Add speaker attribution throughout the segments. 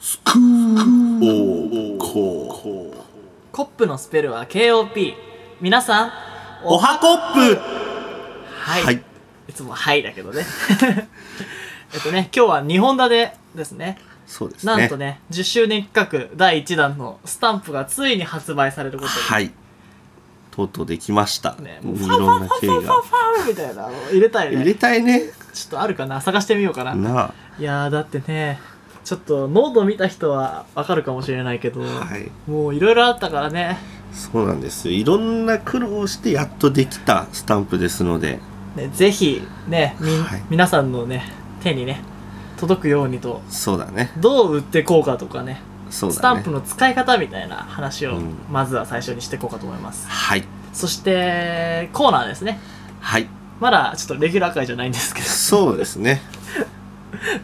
Speaker 1: スクープおー
Speaker 2: コップのスペルは KOP 皆さん
Speaker 1: おはコップ
Speaker 2: はい、
Speaker 1: はい
Speaker 2: い、つも「はい」だけどねえっとね今日は日本立てですね
Speaker 1: そうですね
Speaker 2: なんとね10周年企画第1弾のスタンプがついに発売されることに
Speaker 1: はいとうとうできました、
Speaker 2: ね、
Speaker 1: い
Speaker 2: もうファンフ
Speaker 1: ろ
Speaker 2: ァン
Speaker 1: ん
Speaker 2: フ
Speaker 1: な
Speaker 2: ァン
Speaker 1: 経緯
Speaker 2: ファンファン
Speaker 1: が
Speaker 2: ファンみたいなの入れたい
Speaker 1: 入れ
Speaker 2: ね
Speaker 1: たいね
Speaker 2: ちょっとあるかな探してみようかな
Speaker 1: ない
Speaker 2: やーだってねちょっとノート見た人はわかるかもしれないけど、
Speaker 1: あはい
Speaker 2: もういろいろあったからね
Speaker 1: そうなんですよいろんな苦労をしてやっとできたスタンプですので
Speaker 2: ねぜひねみ、
Speaker 1: はい
Speaker 2: 皆さんのね手にね届くようにと
Speaker 1: そうだね
Speaker 2: どう売ってこうかとかね
Speaker 1: そうだね
Speaker 2: スタンプの使い方みたいな話を
Speaker 1: うん
Speaker 2: まずは最初にしていこうかと思います、
Speaker 1: はい
Speaker 2: そしてコーナーですね
Speaker 1: はい
Speaker 2: まだちょっとレギュラー会じゃないんですけど
Speaker 1: そうですね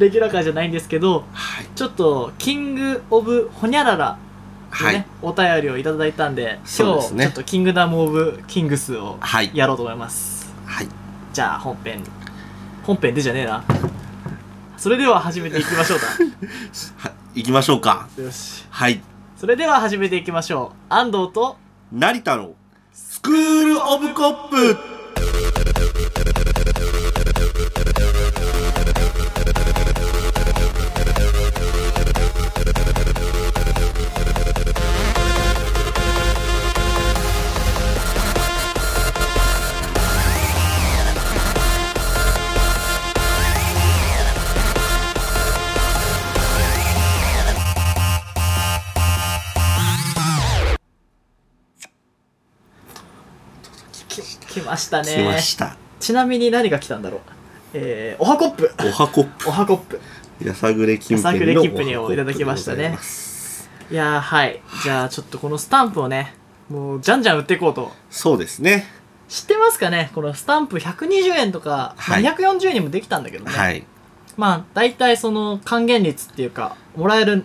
Speaker 2: レギュラー会じゃないんですけど
Speaker 1: はい
Speaker 2: ちょっとキング・オブ・ホニャララの
Speaker 1: は
Speaker 2: ね、
Speaker 1: い
Speaker 2: お便りをいただいたんで
Speaker 1: そう
Speaker 2: 今
Speaker 1: で
Speaker 2: 日
Speaker 1: すね
Speaker 2: ちょっとキングダム・オブ・キングスを
Speaker 1: はい
Speaker 2: やろうと思います
Speaker 1: はい
Speaker 2: じゃあ本編本編でじゃねえなそれでは始めていきまし ょう
Speaker 1: はい行きましょうか
Speaker 2: だよし
Speaker 1: はい
Speaker 2: それでは始めていきましょう安藤と
Speaker 1: 成田のスクール・オブ・コップ
Speaker 2: き来ましたね
Speaker 1: 来ました
Speaker 2: ちなみに何が来たんだろうえー、おはコップ
Speaker 1: おはコップ
Speaker 2: おはコップ
Speaker 1: やさぐれキンプニ
Speaker 2: や
Speaker 1: の
Speaker 2: さぐれキンプニをいただきましたね
Speaker 1: おはコップでございます
Speaker 2: いやーはいじゃあちょっとこのスタンプをねもうじゃんじゃん売っていこうと
Speaker 1: そうですね
Speaker 2: 知ってますかねこのスタンプ120円とか、まあ
Speaker 1: はい
Speaker 2: 240円にもできたんだけどね、
Speaker 1: はい
Speaker 2: まあ大体その還元率っていうかもらえる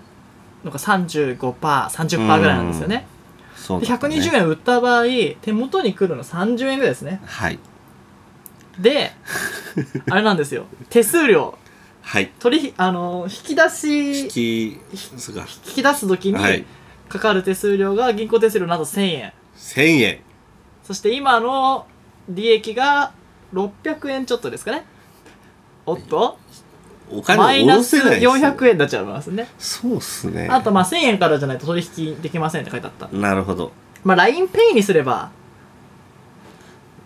Speaker 2: のが 35%30% ぐらいなんですよね
Speaker 1: そう
Speaker 2: で
Speaker 1: だったね
Speaker 2: 120円売った場合手元に来るの30円ぐらいですね
Speaker 1: はい
Speaker 2: であれなんですよ手数料
Speaker 1: はい
Speaker 2: 取りあの引き出し
Speaker 1: 引
Speaker 2: 引
Speaker 1: きそうか
Speaker 2: き出す時
Speaker 1: はい
Speaker 2: にかかる手数料が銀行手数料など1000円
Speaker 1: 1000円
Speaker 2: そして今の利益が600円ちょっとですかねおっと
Speaker 1: お
Speaker 2: マ
Speaker 1: 金
Speaker 2: イ
Speaker 1: を下
Speaker 2: ナ
Speaker 1: ろ
Speaker 2: ス
Speaker 1: せないですよ
Speaker 2: 400円になっちゃいますね
Speaker 1: そうっすね
Speaker 2: あとまあ1000円からじゃないと取引できませんって書いてあった
Speaker 1: なるほど
Speaker 2: まあ LINEPay にすれば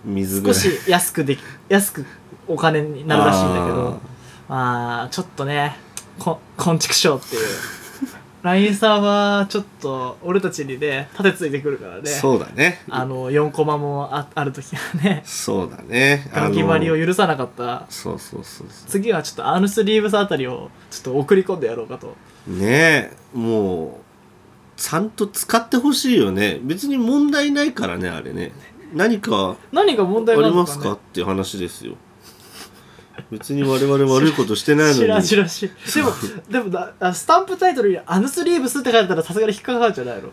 Speaker 1: 水ぐ
Speaker 2: 少
Speaker 1: らい
Speaker 2: し安くでき安くお金になるらしいんだけど
Speaker 1: あ
Speaker 2: まあちょっとねここんちくしょうっていう LINE さんはちょっと俺たちにね盾ついてくるから
Speaker 1: ー
Speaker 2: ね
Speaker 1: そうだね
Speaker 2: あの4コマもあある時はね
Speaker 1: そうだね
Speaker 2: ガキ割りを許さなかった
Speaker 1: そうそうそうそ
Speaker 2: 次はちょっとアーヌスリーブスあたりをちょっと送り込んでやろうかと
Speaker 1: うねえもうちゃんと使ってほしいよね別に問題ないからねあれね何か
Speaker 2: 何が問
Speaker 1: あ
Speaker 2: 題な
Speaker 1: り
Speaker 2: の
Speaker 1: ます
Speaker 2: か,、
Speaker 1: か
Speaker 2: ね、
Speaker 1: っていう話ですよ別に我々悪いことしてないの
Speaker 2: 知らん
Speaker 1: に
Speaker 2: 知らん知らん でもでもなあスタンプタイトルに「アーヌスリーブス」って書いてたらさすがに引っかかるんじゃないの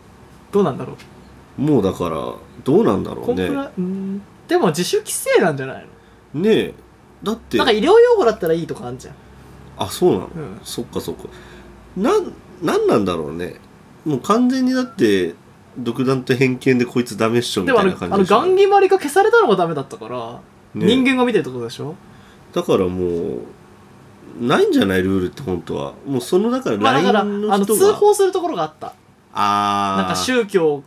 Speaker 2: どうなんだろう
Speaker 1: もうだからどうなんだろ
Speaker 2: コ
Speaker 1: う
Speaker 2: ンプラ、
Speaker 1: ね
Speaker 2: うーんでも自主規制なんじゃないの
Speaker 1: ねえだって
Speaker 2: なんか医療用語だったらいいとかあんじゃん
Speaker 1: あそうなの、
Speaker 2: うん
Speaker 1: そっかそっかなんなんなんだろうねもう完全にだって独断と偏見でこいつダメっしょみ
Speaker 2: でも
Speaker 1: た
Speaker 2: あ
Speaker 1: い
Speaker 2: の
Speaker 1: な感
Speaker 2: あの
Speaker 1: じしょ
Speaker 2: ガンギマリが消されたのがダメだったから、
Speaker 1: ね
Speaker 2: 人間が見てるってことでしょ
Speaker 1: だからもうないんじゃないルールって本当はもうそのだから
Speaker 2: まあだからあ
Speaker 1: LINE の
Speaker 2: の
Speaker 1: 人が、
Speaker 2: 通報するところがあった
Speaker 1: あー
Speaker 2: なんか宗教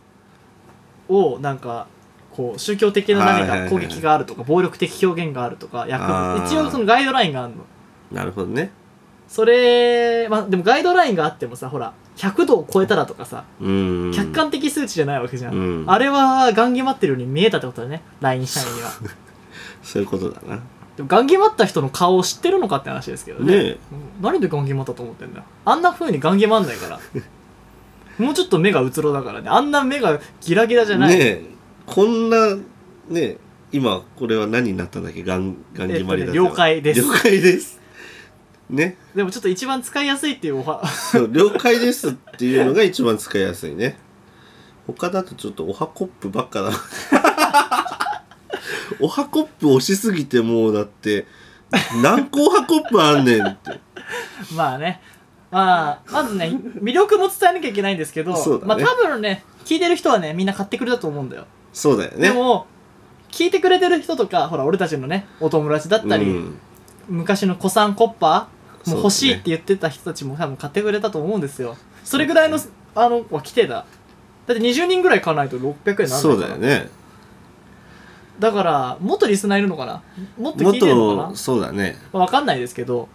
Speaker 2: をなんかこう宗教的な
Speaker 1: はいはい
Speaker 2: 何
Speaker 1: はい
Speaker 2: か攻撃があるとか暴力的表現があるとか薬
Speaker 1: あー
Speaker 2: 物一応そのガイドラインがあるの
Speaker 1: なるほどね
Speaker 2: それまあでもガイドラインがあってもさほら100度を超えたらとかさ
Speaker 1: うん
Speaker 2: 客観的数値じゃないわけじゃん、
Speaker 1: うん
Speaker 2: あれはガンギマってるように見えたってことだね LINE 社員 には
Speaker 1: そういうことだな
Speaker 2: でもガンギマった人の顔を知ってるのかって話ですけどね
Speaker 1: ねえ
Speaker 2: うん何でガンギマったと思ってんだよあんな風にガンギマんないから もうちょっと目がうつろだからねあんな目がギラギラじゃな
Speaker 1: ね
Speaker 2: い、
Speaker 1: えこんなねえ今これは何になったんだっけガンガン決まりだったよ
Speaker 2: えっとね了解です
Speaker 1: 了解ですね
Speaker 2: でもちょっと一番使いやすいっていうお は
Speaker 1: そう了解ですっていうのが一番使いやすいね他だとちょっとおはコップばっ かだおはコップ押しすぎてもうだって何個おはコップあんねんって
Speaker 2: まあねまあ、まずね、魅力も伝えなきゃいけないんですけど、
Speaker 1: そうだ
Speaker 2: まあ
Speaker 1: ね
Speaker 2: 多分ね、聞いてる人はね、みんな買ってくれたと思うんだよ。
Speaker 1: そうだよね
Speaker 2: でも、聞いてくれてる人とか、ほら、俺たちのね、お友達だったり、
Speaker 1: うん
Speaker 2: 昔の古参コッパーも欲しいって言ってた人たちも多分買ってくれたと思うんですよ。それぐらいの、あの、は来てた。だって20人ぐらい買わないと600円なんだから。
Speaker 1: そうだよね
Speaker 2: だから、もっとリスナーいるのかなもっと
Speaker 1: も
Speaker 2: 聞
Speaker 1: っ
Speaker 2: いてるのかな
Speaker 1: とそうだね
Speaker 2: わかんないですけど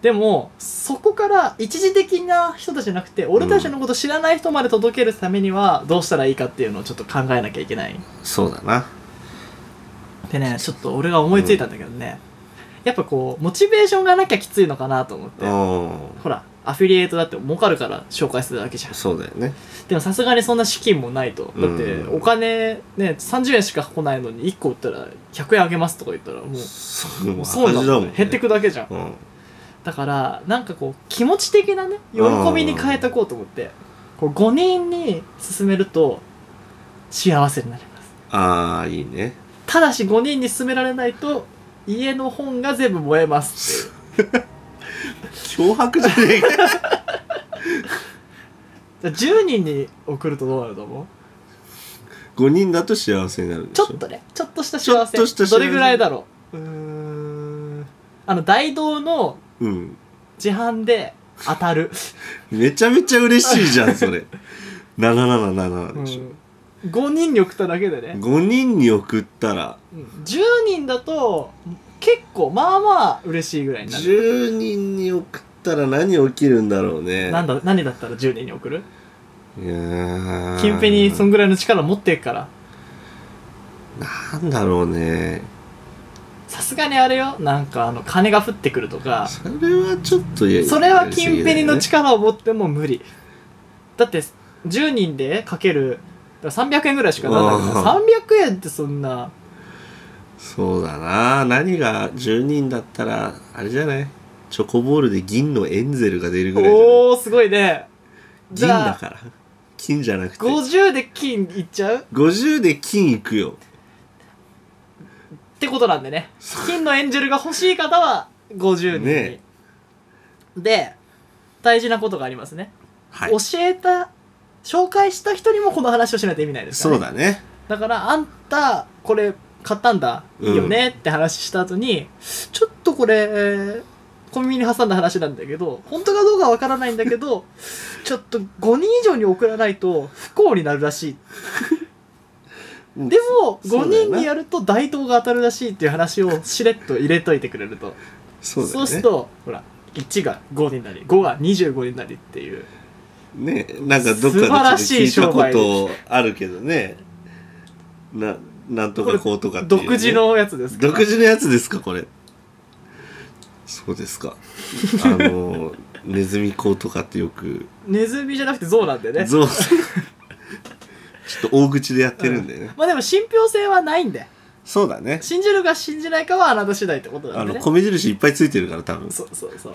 Speaker 2: でもそこから一時的な人たちじゃなくて俺たちのこと知らない人まで届けるためにはどうしたらいいかっていうのをちょっと考えなきゃいけない
Speaker 1: そうだな
Speaker 2: でねちょっと俺が思いついたんだけどね、やっぱこうモチベーションがなきゃきついのかなと思って
Speaker 1: うん
Speaker 2: ほらアフィリエイトだって儲かるから紹介するだけじゃん
Speaker 1: そうだよね
Speaker 2: でもさすがにそんな資金もないとだって
Speaker 1: うん
Speaker 2: お金ね30円しか来ないのに1個売ったら100円あげますとか言ったらもう
Speaker 1: そうもう
Speaker 2: そう
Speaker 1: 赤
Speaker 2: な
Speaker 1: 字だ
Speaker 2: の
Speaker 1: もん、ね、
Speaker 2: 減ってくだけじゃん
Speaker 1: うん
Speaker 2: だからなんかこう気持ち的なね喜びに変えていこうと思ってこう5人に進めると幸せになります
Speaker 1: ああいいね
Speaker 2: ただし5人に進められないと家の本が全部燃えます っていう
Speaker 1: 脅迫じゃねえか
Speaker 2: じゃあ10人に送るとどうなると思う
Speaker 1: 5人だと幸せになるでし
Speaker 2: ちょ
Speaker 1: ょ
Speaker 2: っとねちょっとした幸せ
Speaker 1: ちょっとした幸せ
Speaker 2: どれぐらいだろううーんあの大道の
Speaker 1: うん
Speaker 2: 自販で当たる、
Speaker 1: めちゃめちゃ嬉しいじゃんそ れ777でしょ、
Speaker 2: うん5人に送っただけでね
Speaker 1: 5人に送ったら
Speaker 2: うん10人だと結構まあまあ嬉しいぐらいになる
Speaker 1: 10人に送ったら何起きるんだろうね
Speaker 2: なんだ何だったら10人に送る
Speaker 1: いやー
Speaker 2: 近辺にそんぐらいの力持ってるから
Speaker 1: なんだろうね
Speaker 2: さすがにあれよなんかあの金が降ってくるとか
Speaker 1: それはちょっといや
Speaker 2: それは近辺の
Speaker 1: やりすぎ
Speaker 2: 力を持っても無理だって10人でかけるだから300円ぐらいしかなんないから
Speaker 1: あ
Speaker 2: 300円ってそんな
Speaker 1: だよねそうだな何が10人だったらあれじゃないチョコボールで銀のエンゼルが出るぐらいじゃない
Speaker 2: おーすごいね
Speaker 1: 銀
Speaker 2: じゃ
Speaker 1: だ
Speaker 2: あ
Speaker 1: から金じゃなくて
Speaker 2: 50で金いっちゃうっ
Speaker 1: 50で金いくよ
Speaker 2: てことなんでね金のエンジェルが欲しい方は50人に、
Speaker 1: ね
Speaker 2: で大事なことがありますね、
Speaker 1: はい
Speaker 2: 教えた紹介した人にもこの話をしないと意味ないですから、
Speaker 1: そ
Speaker 2: ね、
Speaker 1: うだね
Speaker 2: だからあんたこれ買ったんだいいよねって話した後に、ちょっとこれえーコンビニに挟んだ話なんだけど本当かどうかわからないんだけ どちょっと5人以上に送らないと不幸になるらしい
Speaker 1: うん
Speaker 2: でも
Speaker 1: そ
Speaker 2: 5
Speaker 1: そうだよ
Speaker 2: 人
Speaker 1: な
Speaker 2: にやると大東が当たるらしいっていう話をしれっと入れといてくれると
Speaker 1: そうだ
Speaker 2: そ
Speaker 1: よ
Speaker 2: う
Speaker 1: ね
Speaker 2: するとほら1が5になり5が25になりっていう
Speaker 1: ねなんかどっか
Speaker 2: 素晴ら
Speaker 1: で
Speaker 2: し
Speaker 1: ちょっと
Speaker 2: い
Speaker 1: 聞いた
Speaker 2: 商
Speaker 1: こ
Speaker 2: 売
Speaker 1: とあるけどねななんとかこうとかっていう、ね、
Speaker 2: 独自のやつですから
Speaker 1: 独自のやつですかこれそうですかあのネズミ講とかってよく
Speaker 2: ネズミじゃなくてゾウなんでね
Speaker 1: ゾウ ちょっと大口でやってるんでね、
Speaker 2: まあでも信憑性はないんで
Speaker 1: そうだね
Speaker 2: 信じるか信じないかはあなた次第ってことな
Speaker 1: あ
Speaker 2: んで
Speaker 1: の
Speaker 2: ね
Speaker 1: 米印いっぱいついてるから多分
Speaker 2: そうそうそう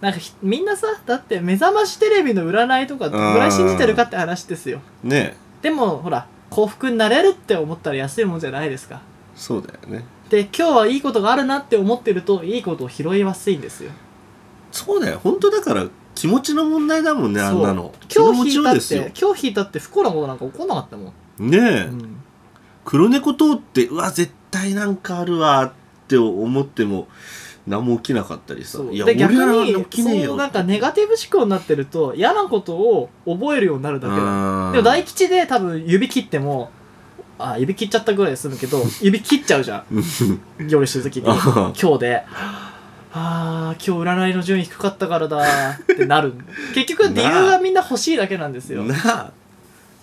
Speaker 2: なんかひみんなさだって目覚ましテレビの占いとかどのぐらい信じてるかって話ですよ
Speaker 1: ね
Speaker 2: でもほら幸福になれるって思ったら安いもんじゃないですか
Speaker 1: そうだよね
Speaker 2: で今日はいいことがあるなって思ってるといいことを拾いやすいんですよ
Speaker 1: そうだよ本当だから気持ちの問題だもんねあんなの
Speaker 2: 今
Speaker 1: 気の持
Speaker 2: 日
Speaker 1: ち
Speaker 2: 引い
Speaker 1: よ
Speaker 2: た
Speaker 1: う
Speaker 2: っ
Speaker 1: ですよ
Speaker 2: て今日引いたって不幸なことなんか起こんなかったもん、
Speaker 1: ねえ、
Speaker 2: うん
Speaker 1: 黒猫通ってうわ絶対なんかあるわって思っても何も起きなかったりさ
Speaker 2: そう
Speaker 1: いや
Speaker 2: で
Speaker 1: 俺ら
Speaker 2: 逆
Speaker 1: は
Speaker 2: に
Speaker 1: 起きねえ
Speaker 2: そ
Speaker 1: よ
Speaker 2: うなんかネガティブ思考になってると嫌なことを覚えるようになるだけだ
Speaker 1: あー
Speaker 2: でも大吉で多分指切ってもあ指切っちゃったぐらいするけど 指切っちゃうじゃ ん料理してる時に
Speaker 1: あ
Speaker 2: 今
Speaker 1: は
Speaker 2: 日 であー今日占いの順位低かったからだって なる結局理由はみんな欲しいだけなんですよ
Speaker 1: なあ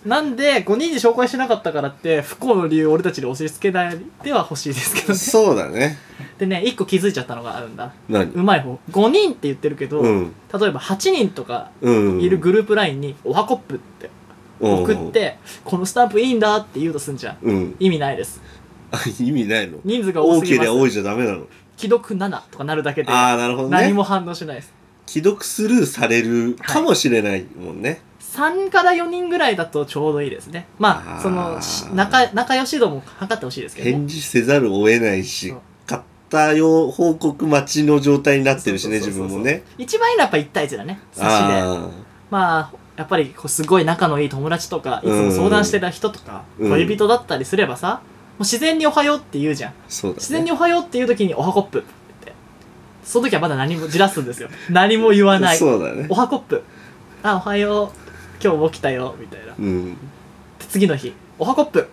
Speaker 2: なんで5人で紹介しなかったからって不幸の理由を俺たちに押し付けないでは欲しいですけ どね
Speaker 1: そうだね
Speaker 2: でね1個気づいちゃったのがあるんだ
Speaker 1: 何
Speaker 2: うまい方5人って言ってるけど、
Speaker 1: うん
Speaker 2: 例えば8人とか
Speaker 1: うん
Speaker 2: いるグループラインに「おはこっぷ」って送ってこのスタンプいいんだって言うとすんじゃん
Speaker 1: うん
Speaker 2: 意味ないです
Speaker 1: あ 意味ないの
Speaker 2: 人数が多
Speaker 1: 多
Speaker 2: すぎ
Speaker 1: け
Speaker 2: ま
Speaker 1: れ
Speaker 2: す
Speaker 1: ば多いじゃダメなの
Speaker 2: 既読7とかなるだけで
Speaker 1: ああなるほどね
Speaker 2: 何も反応しないです、
Speaker 1: 既読スルーされるかもしれないもんね、
Speaker 2: 3から4人ぐらいだとちょうどいいですねまあ
Speaker 1: あー
Speaker 2: そのし仲仲良し度も測ってほしいですけど、ね
Speaker 1: 返、事せざるを得ないし
Speaker 2: そう
Speaker 1: 買ったよ報告待ちの状態になってるしね
Speaker 2: そう
Speaker 1: 自
Speaker 2: そう
Speaker 1: 分
Speaker 2: そうそう
Speaker 1: もね
Speaker 2: 一番いいのはやっぱ1対1だね差しで
Speaker 1: あ
Speaker 2: まあやっぱりこうすごい仲のいい友達とかいつも相談してた人とか、
Speaker 1: うん
Speaker 2: 恋人だったりすればさもう自然に「おはよう」って言うじゃん
Speaker 1: あそうだ、ね、
Speaker 2: 自然に「おはよう」って言う時に「おはコップ」ってその時はまだ何もじらすんです よ何も言わない
Speaker 1: そうだね
Speaker 2: おはコップあおはよう今日も起きたよみたいなで
Speaker 1: うん
Speaker 2: 次の日おはコップ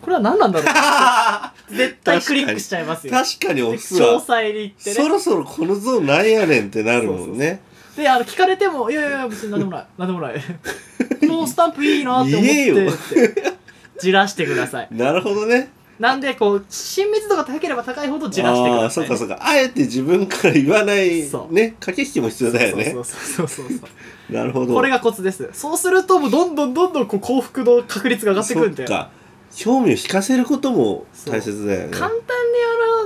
Speaker 2: これは何 なんだろう 絶対クリックしちゃいますよ
Speaker 1: 確かに
Speaker 2: で
Speaker 1: オス
Speaker 2: 詳
Speaker 1: は
Speaker 2: 細に行って
Speaker 1: そ
Speaker 2: ね
Speaker 1: ろそろこのゾーンなんやねんってなるもんね
Speaker 2: であの聞かれても「いやいやいや別に何でも ない何でもない」「このスタンプいいな」って思っ
Speaker 1: 言えよ
Speaker 2: てってじらしてください
Speaker 1: なるほどね
Speaker 2: なんでこう親密度が高ければ高いほどじらしてく
Speaker 1: ああ
Speaker 2: だ
Speaker 1: ー
Speaker 2: さ
Speaker 1: そ
Speaker 2: い、
Speaker 1: うかそうかあえて自分から言わない
Speaker 2: そう
Speaker 1: ね駆け引きも必要だよね
Speaker 2: そうそうそうそうそう
Speaker 1: なるほど
Speaker 2: これがコツですそうするともうどんどんどんどんこう幸福の確率が上がってくるんで
Speaker 1: そっか興味を引かせることも大切だよね
Speaker 2: 簡単に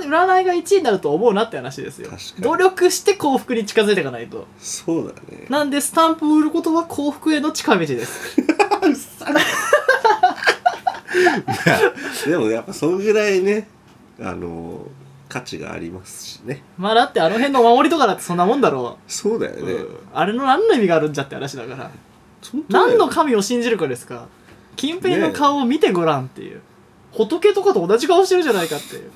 Speaker 2: 占占いが1位になると思うなって話ですよ
Speaker 1: 確かに
Speaker 2: 努力して幸福に近づいていかないと
Speaker 1: そうだ ね
Speaker 2: なんでスタンプを売ることは幸福への近道です
Speaker 1: うっさ らでもやっぱそのぐらいねあの価値がありますしね
Speaker 2: まあだってあの辺のお守りとかだってそんなもんだろ
Speaker 1: そうだよ
Speaker 2: う、
Speaker 1: ね、
Speaker 2: うんあれの何の意味があるんじゃって話だから
Speaker 1: 本当だよ
Speaker 2: 何の神を信じるかですか近辺の顔を見てごらんっていう、仏とかと同じ顔してるじゃないかっていう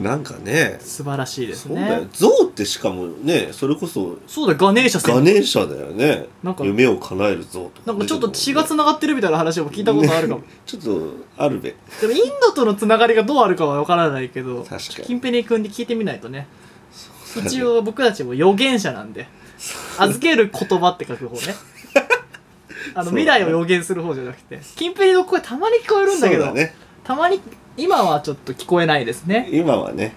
Speaker 1: なんかね
Speaker 2: 素晴らしいです
Speaker 1: そうだよ
Speaker 2: ね
Speaker 1: 象ってしかもねそれこそ
Speaker 2: そうだガネーシャ
Speaker 1: ガ
Speaker 2: 先
Speaker 1: ネーシャだよね
Speaker 2: なんか
Speaker 1: 夢を叶える象とか、
Speaker 2: なんかちょっと血がつながってるみたいな話も聞いたことあるかも、
Speaker 1: ねちょっとあるべ
Speaker 2: でもインドとのつながりがどうあるかは分からないけど
Speaker 1: 確かに
Speaker 2: キンペニ君に聞いてみないとね一応僕たちも予言者なんで預ける言葉って書 く方ねあ
Speaker 1: そ
Speaker 2: の
Speaker 1: うだね
Speaker 2: 未来を予言する方じゃなくてキンペニの声たまに聞こえるんだけ
Speaker 1: そ
Speaker 2: ど、
Speaker 1: うだね
Speaker 2: たまに今はちょっと聞こえないですね
Speaker 1: 今はね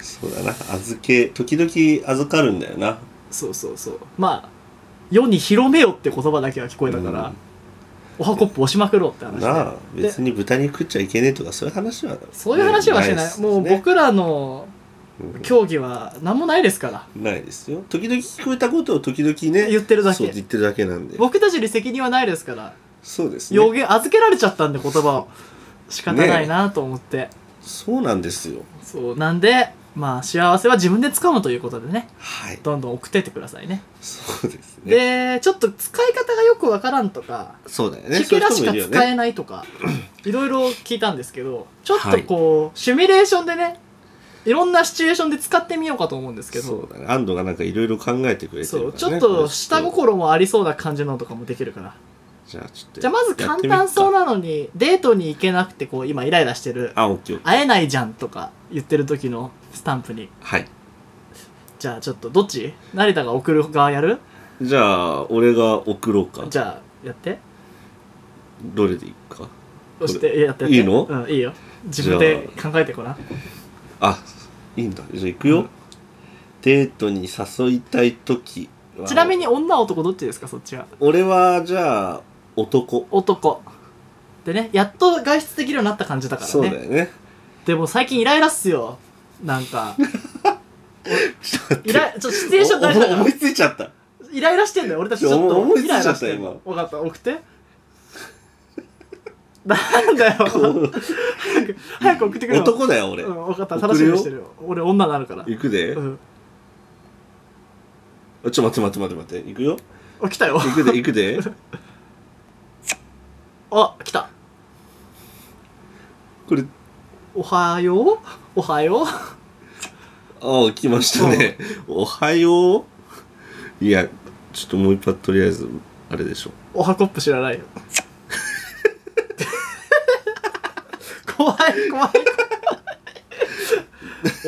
Speaker 1: そうだな預け時々預かるんだよな
Speaker 2: そうそうそうまあ世に広めよって言葉だけは聞こえたから、
Speaker 1: うん
Speaker 2: おはこっぽ押しまくろうって話
Speaker 1: なあ別に豚肉食っちゃいけねえとかそういう話は
Speaker 2: そういう話はしてない
Speaker 1: ですね
Speaker 2: もう僕らの
Speaker 1: うん
Speaker 2: 競技は何もないですから
Speaker 1: ないですよ時々聞こえたことを時々ね
Speaker 2: 言ってるだけ
Speaker 1: そう言ってるだけなんで
Speaker 2: 僕たちに責任はないですから
Speaker 1: そうです
Speaker 2: 予
Speaker 1: ね
Speaker 2: 言預けられちゃったんで言葉を仕方ないなと思って、
Speaker 1: そうなんですよ
Speaker 2: そうなんでまあ幸せは自分で掴むということでね
Speaker 1: はい
Speaker 2: どんどん送ってってくださいね
Speaker 1: そうですね
Speaker 2: でちょっと使い方がよくわからんとか
Speaker 1: そうだよね
Speaker 2: チケラし
Speaker 1: そういう人もい
Speaker 2: か
Speaker 1: るよね
Speaker 2: 使えないとかいろいろ聞いたんですけどちょっとこう、シミュレーションでねいろんなシチュエーションで使ってみようかと思うんですけど
Speaker 1: そうだね安藤がなんかいろいろ考えてくれて
Speaker 2: そ
Speaker 1: る
Speaker 2: う
Speaker 1: からね
Speaker 2: ちょっ
Speaker 1: これ
Speaker 2: と下心もありそうな感じのとかもできるから
Speaker 1: じゃあちょっと
Speaker 2: じゃあまず簡単そう
Speaker 1: な
Speaker 2: なのにデートに行けなくてこう今イライラしてる
Speaker 1: あオッケーオッケー
Speaker 2: 会えないじゃんとか言ってる時のスタンプに
Speaker 1: はい
Speaker 2: じゃあちょっとどっち成田が送る側やる
Speaker 1: じゃあ俺が送ろうか
Speaker 2: じゃあやって
Speaker 1: どれでいくか
Speaker 2: 押してやってやって
Speaker 1: いいの
Speaker 2: うんいいよ自分で考えてごらん
Speaker 1: あいいんだじゃあ行くよ、
Speaker 2: うん
Speaker 1: デートに誘いたい時は
Speaker 2: ちなみに女男どっちですかそっちは
Speaker 1: 俺はじゃあ男
Speaker 2: 男でねやっと外出できるようになった感じだから
Speaker 1: そうだよ
Speaker 2: ね
Speaker 1: ね
Speaker 2: でも最近イライラっすよなん かイライちょっとシチュエーション
Speaker 1: お
Speaker 2: 慣れたから
Speaker 1: 思いついちゃった
Speaker 2: イライラしてんだよ俺たちちょっ
Speaker 1: いや思
Speaker 2: と
Speaker 1: いつ
Speaker 2: イ
Speaker 1: いちゃ
Speaker 2: ラ
Speaker 1: った
Speaker 2: イラしてん
Speaker 1: 今
Speaker 2: の分かった送って なんだよ早く早く送ってくれよ
Speaker 1: 男だよ俺、
Speaker 2: うん分かった
Speaker 1: 送るよ
Speaker 2: 楽しみにしてるよ俺女になるから
Speaker 1: 行くで、
Speaker 2: うん
Speaker 1: あちょ待って待って待って待って行くよ
Speaker 2: あ来たよ
Speaker 1: 行くで行くで
Speaker 2: あ来た
Speaker 1: これ
Speaker 2: おはようおはよう
Speaker 1: ああ来ましたね、おはよういやちょっともう一発とりあえずあれでしょ
Speaker 2: おはコップ知らないよ 怖い怖い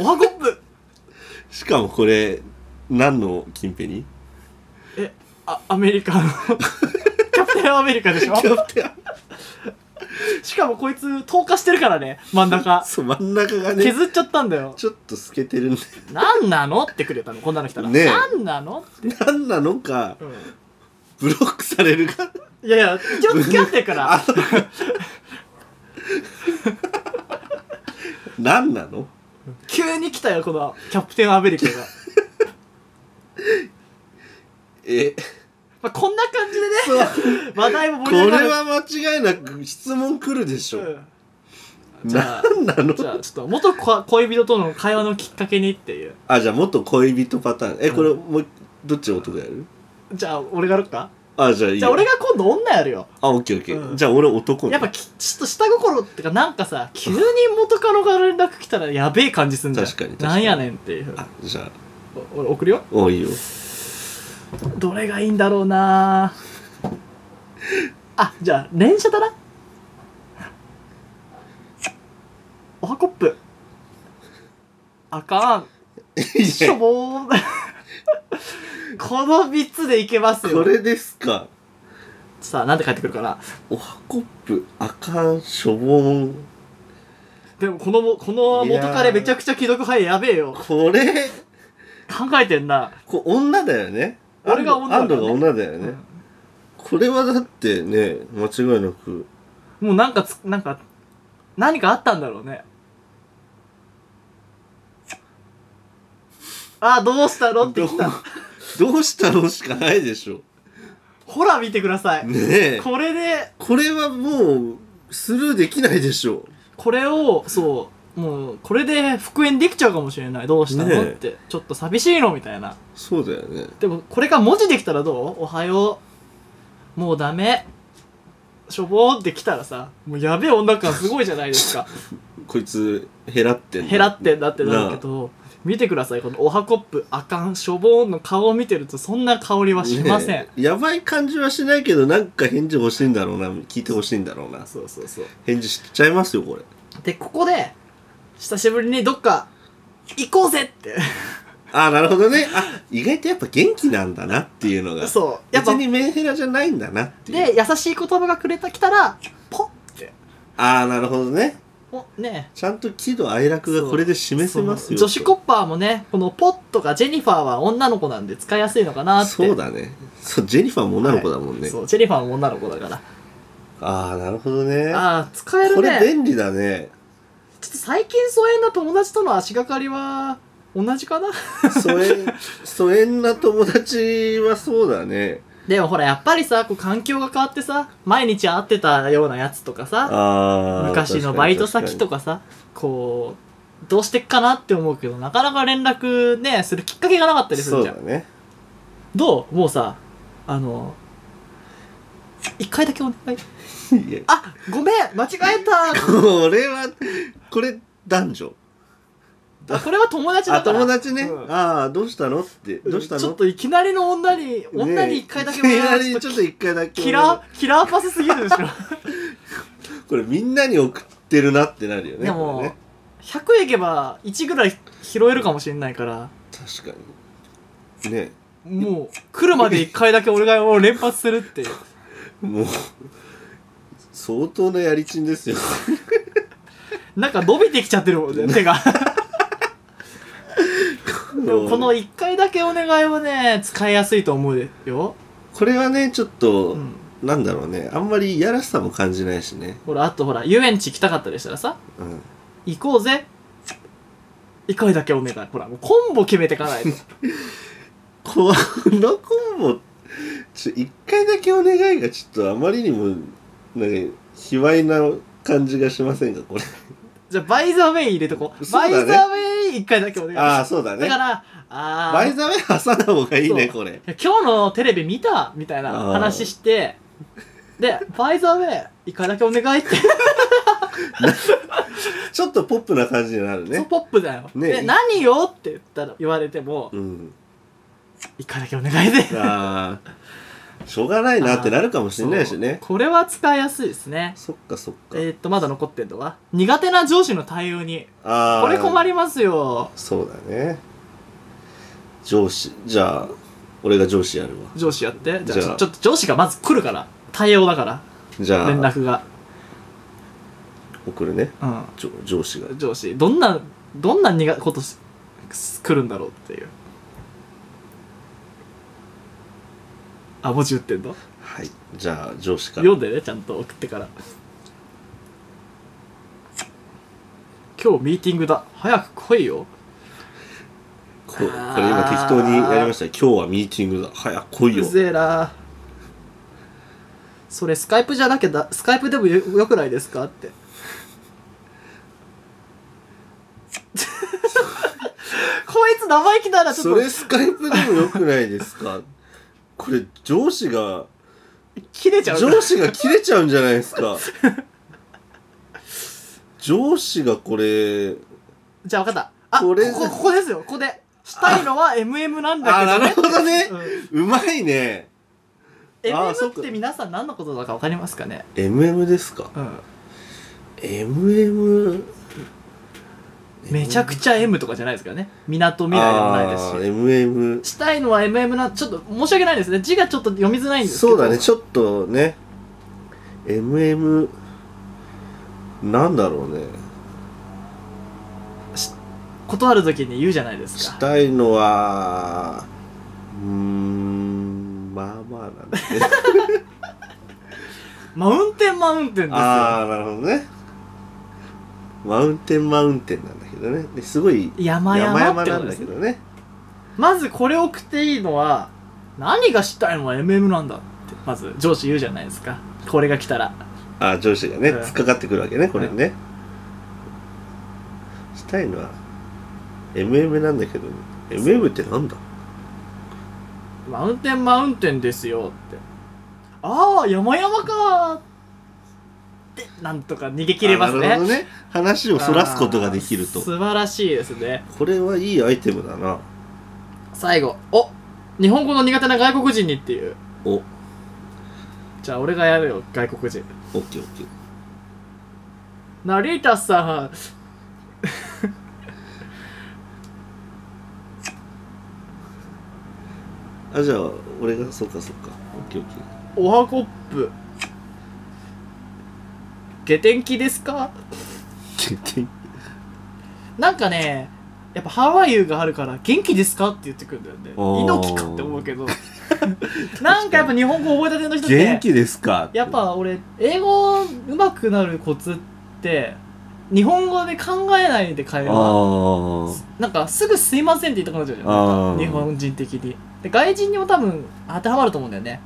Speaker 2: おはコップ
Speaker 1: しかもこれ何の近辺に
Speaker 2: えあアメリカのキャプテンアメリカでしょ
Speaker 1: キャプテン
Speaker 2: しかもこいつ透過してるからね真ん中
Speaker 1: そう真ん中が ね
Speaker 2: 削っちゃったんだよ
Speaker 1: ちょっと透けてるんで
Speaker 2: なんなのってくれたのこんなの来たら、
Speaker 1: ねえ
Speaker 2: なんなのって、
Speaker 1: 何なのか
Speaker 2: う
Speaker 1: ブロックされるか
Speaker 2: ん、いやいや一応付き合ってるから
Speaker 1: あの何なの
Speaker 2: 急に来たよこのキャプテンアメリカが、
Speaker 1: え
Speaker 2: まあ、こんな感じでね
Speaker 1: そう
Speaker 2: 話題 も
Speaker 1: こ
Speaker 2: 盛り上がる
Speaker 1: れは間違いなく質問来るでしょ、
Speaker 2: うんじゃあ
Speaker 1: 何なの
Speaker 2: じゃあちょっと元こ恋人との会話のきっかけにっていう
Speaker 1: あじゃあ元恋人パターンえこれ
Speaker 2: うん
Speaker 1: もうどっちの男がやる
Speaker 2: じゃあ俺がやるか
Speaker 1: あじゃあいい
Speaker 2: じゃあ俺
Speaker 1: が
Speaker 2: が今度女やるよ
Speaker 1: あオッケーオッケー、
Speaker 2: うん
Speaker 1: じゃあ俺男ね
Speaker 2: やっぱきちょっと下心ってかなんかさ急に元カノが連絡来たらやべえ感じすんじゃん
Speaker 1: 確かに確か
Speaker 2: な
Speaker 1: に
Speaker 2: んやねんっていう
Speaker 1: あじゃあ
Speaker 2: お俺送るよ
Speaker 1: お いいよ
Speaker 2: どれがいいんだろうなあじゃあ連射だなおはコップあかんしょぼーんこの3つでいけますよ
Speaker 1: これですか
Speaker 2: さあなんて返ってくるかな
Speaker 1: おはコップあかんしょぼん
Speaker 2: でもこのもこの元彼めちゃくちゃ既読早いやべえよ
Speaker 1: これ
Speaker 2: 考えてんな、
Speaker 1: これ女だよね
Speaker 2: 俺が女だ
Speaker 1: ア
Speaker 2: ね
Speaker 1: ンドアンドが女だよね、
Speaker 2: うん
Speaker 1: これはだってね間違いなく
Speaker 2: もうなんかつなんか何かあったんだろうねあどうしたのってきた
Speaker 1: どどうしたのしかないでしょ
Speaker 2: ほら見てください、
Speaker 1: ねえ
Speaker 2: これで
Speaker 1: これはもうスルーできないでしょ
Speaker 2: これをそうもうこれで復縁できちゃうかもしれないどうしたの、
Speaker 1: ねえ
Speaker 2: ってちょっと寂しいのみたいな
Speaker 1: そうだよね
Speaker 2: でもこれが文字できたらどうおはようもうダメしょぼーってきたらさもうやべえ女感すごいじゃないですか
Speaker 1: こいつ減らってんだ
Speaker 2: 減らってんだってなるけど見てくださいこのおはコップあかんしょぼーんの顔を見てるとそんな香りはしません、
Speaker 1: ねえやばい感じはしないけどなんか返事欲しいんだろうな聞いて欲しいんだろうな
Speaker 2: そうそうそう
Speaker 1: 返事しちゃいますよこれ
Speaker 2: でここで久しぶりにどっか行こうぜって
Speaker 1: あなるほどねあ意外とやっぱ元気なんだなっていうのが
Speaker 2: そうや
Speaker 1: 別
Speaker 2: っぱ
Speaker 1: にメンヘラじゃないんだなっていう
Speaker 2: で優しい言葉がくれたきたらポッって
Speaker 1: ああなるほどね
Speaker 2: おね
Speaker 1: ちゃんと喜怒哀楽がこれで示せますよ
Speaker 2: その女子コッパーもねこのポッとかジェニファーは女の子なんで使いやすいのかなって
Speaker 1: そうだねそうジェニファーも女の子だもんね、
Speaker 2: そうジェニファーも女の子だから
Speaker 1: ああなるほどね
Speaker 2: ああ使える
Speaker 1: これ
Speaker 2: ね
Speaker 1: 便利だね
Speaker 2: ちょっと最近疎遠な友達との足がかりは同じかな
Speaker 1: 疎 遠疎遠な友達はそうだね
Speaker 2: でもほらやっぱりさこう環境が変わってさ毎日会ってたようなやつとかさ
Speaker 1: あー
Speaker 2: 昔のバイト先とかさこうどうしてっかなって思うけどなかなか連絡ねするきっかけがなかったりする
Speaker 1: そう
Speaker 2: じゃ
Speaker 1: だ
Speaker 2: ん
Speaker 1: ね
Speaker 2: どうもうさあの一回だけお願い
Speaker 1: いや
Speaker 2: あごめん間違えた
Speaker 1: これはこれ男女
Speaker 2: あこれは友達
Speaker 1: あ
Speaker 2: だから
Speaker 1: 友達ね、
Speaker 2: うん
Speaker 1: ああどうしたのってどうしたの
Speaker 2: ちょっといきなりの女に
Speaker 1: ね
Speaker 2: 女に一回だけ
Speaker 1: いきなりちょっと一回だけ
Speaker 2: キラーキラーパスすぎるでしょ
Speaker 1: これみんなに送ってるなってなるよね
Speaker 2: で
Speaker 1: こ
Speaker 2: も、
Speaker 1: れね
Speaker 2: 100いけば1ぐらい拾えるかもしれないから
Speaker 1: 確かにね
Speaker 2: もう来るまで一回だけ俺がを連発するっ ていう
Speaker 1: もう相当なやりちんですよ
Speaker 2: なんか伸びてきちゃってるもんね 手が でもこの一回だけお願いはね使いやすいと思うよ、
Speaker 1: これはねちょっと、
Speaker 2: うん、
Speaker 1: なんだろうねあんまりいやらしさも感じないしね、
Speaker 2: ほらあとほら遊園地行きたかったりしたらさ
Speaker 1: うん、
Speaker 2: 行こうぜ一回だけお願いほらもうコンボ決めて かないと
Speaker 1: このコンボちょ一回だけお願いがちょっとあまりにもなんか卑猥な感じがしませんか これ
Speaker 2: じゃあ、バイザーウェイ入れとこう。
Speaker 1: そう
Speaker 2: バ
Speaker 1: だ
Speaker 2: イ
Speaker 1: ね
Speaker 2: ザーウェイ一回だけお願いし
Speaker 1: ああ
Speaker 2: ま
Speaker 1: ーそうだ
Speaker 2: す。
Speaker 1: ね
Speaker 2: だから、あ
Speaker 1: バイ
Speaker 2: ー
Speaker 1: ザーウェイ挟んだ方がいいね
Speaker 2: そ
Speaker 1: これ
Speaker 2: 今日のテレビ見たみたいな
Speaker 1: あー
Speaker 2: 話して、で、バイザーウェイ一回だけお願いって、
Speaker 1: ちょっとポップな感じになる
Speaker 2: そう
Speaker 1: ね
Speaker 2: ポップだよ。
Speaker 1: ね
Speaker 2: で、何よって言ったら、言われても、
Speaker 1: うん
Speaker 2: 一回だけお願いで。
Speaker 1: あーしょうがないなってなるかもしれないしね
Speaker 2: そうこれは使いやすいですね。
Speaker 1: そっかそっか、
Speaker 2: えーっと、まだ残ってんのは、苦手な上司の対応に。
Speaker 1: ああ
Speaker 2: これ困りますよ。
Speaker 1: そうだね上司じゃあ俺が上司やるわ
Speaker 2: 上司やって。じゃあ、
Speaker 1: じゃあ
Speaker 2: ちょっと上司がまず来るから。対応だから。
Speaker 1: じゃ
Speaker 2: 連
Speaker 1: あ
Speaker 2: 絡が。
Speaker 1: 送るね
Speaker 2: うん。
Speaker 1: 上上司が
Speaker 2: 上司どんなどんな苦ことし来るんだろうっていうあ文字打ってんの
Speaker 1: はいじゃあ上司から
Speaker 2: 読んでねちゃんと送ってから今日ミーティングだ早く来いよ
Speaker 1: ここれ今適当にやりました今日はミーティングだ早く来いうよ
Speaker 2: ぜえな それスカイプじゃなきゃだスカイプでもよよくないですかってつ生意気だなち
Speaker 1: そ
Speaker 2: ょっ
Speaker 1: れスカイプでもよくないです かこれ上司が
Speaker 2: と切れちゃう
Speaker 1: 上司が切れちゃうんじゃないです か上司がこれ
Speaker 2: じゃあ分かったあ
Speaker 1: こ
Speaker 2: こ
Speaker 1: れ
Speaker 2: こここですよここでしたいのは MM なんだ
Speaker 1: あ
Speaker 2: けど
Speaker 1: な
Speaker 2: ね
Speaker 1: るほどね
Speaker 2: うん
Speaker 1: うまいねあーそっ
Speaker 2: MM
Speaker 1: か
Speaker 2: って皆さん何のことだか分かりますかね
Speaker 1: MM ですか
Speaker 2: うん
Speaker 1: MM
Speaker 2: めちゃくちゃ M とかじゃないですからね港未来でもないです
Speaker 1: あー MM
Speaker 2: ししたいのは MM なちょっと申し訳ないですね字がちょっと読みづらいんですけど
Speaker 1: そうだねちょっとね MM なんだろうね
Speaker 2: 断る時に言うじゃないです
Speaker 1: し
Speaker 2: か
Speaker 1: たいのはうーんまあまあなんだ ね
Speaker 2: マウンテンマウンテンですよ
Speaker 1: ああなるほどねマウンテンマウンテンなんだけどねですごい
Speaker 2: 山
Speaker 1: 山
Speaker 2: 々
Speaker 1: 々
Speaker 2: って
Speaker 1: なん
Speaker 2: ことで
Speaker 1: だ
Speaker 2: す
Speaker 1: け
Speaker 2: ね
Speaker 1: どね
Speaker 2: まずこれ送っていいのは何がしたいのは MM なんだってまず上司言うじゃないですかこれが来たら
Speaker 1: あー上司がね
Speaker 2: うん
Speaker 1: 突っかかってくるわけねこれねしたいのは MM なんだけど MM ってなんだ
Speaker 2: マウンテンマウンテンですよってああ山々かーってなんとか逃げ切れます
Speaker 1: あなる
Speaker 2: ね
Speaker 1: ほどね話をそらすことができる
Speaker 2: あ
Speaker 1: と
Speaker 2: ー素晴らしいですね
Speaker 1: これはいいアイテムだな
Speaker 2: 最後お日本語の苦手な外国人にっていう
Speaker 1: おオッ
Speaker 2: じゃあ俺がやるよ外国人
Speaker 1: ケーオッケー
Speaker 2: 成田さん
Speaker 1: あじゃあ俺がそうかそうかオッケーオッケー
Speaker 2: おはコップ下天気ですかなんかねやっぱハワイがあるから元気ですかって言ってくるんだよね
Speaker 1: あー
Speaker 2: 猪木かって思うけどなんかやっぱ日本語覚えたての人っ て
Speaker 1: 元気ですか
Speaker 2: やっぱ俺英語上手くなるコツって日本語で考えないで会
Speaker 1: あ
Speaker 2: 話
Speaker 1: ー
Speaker 2: なんかすぐ「すいません」って言いたくなっちゃうじゃん
Speaker 1: あー
Speaker 2: 日本人的にで外人にも多分当てはまると思うんだよね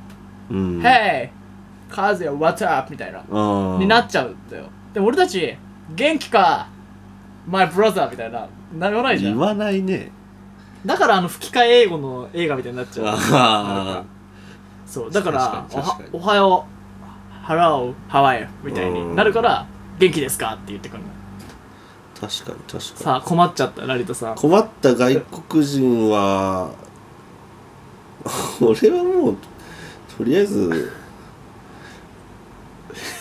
Speaker 1: う
Speaker 2: 「
Speaker 1: ん
Speaker 2: Hey! カズヤ What's up?」みたいな
Speaker 1: あ
Speaker 2: にな
Speaker 1: あ
Speaker 2: っちゃうんだよでも俺たち「元気か My brother」みたいなならないじゃ
Speaker 1: 言
Speaker 2: ん
Speaker 1: わないね
Speaker 2: だからあの吹き替え英語の映画みたいになっちゃう
Speaker 1: あ
Speaker 2: そうだから
Speaker 1: 確かに確かに
Speaker 2: おはおはよう Hello How are you? みたいになるから「元気ですか?」って言ってくるの
Speaker 1: あ確かに確か
Speaker 2: さあ困っちゃった成田さ
Speaker 1: に
Speaker 2: ん
Speaker 1: 困った外国人は 俺はもうとりあえず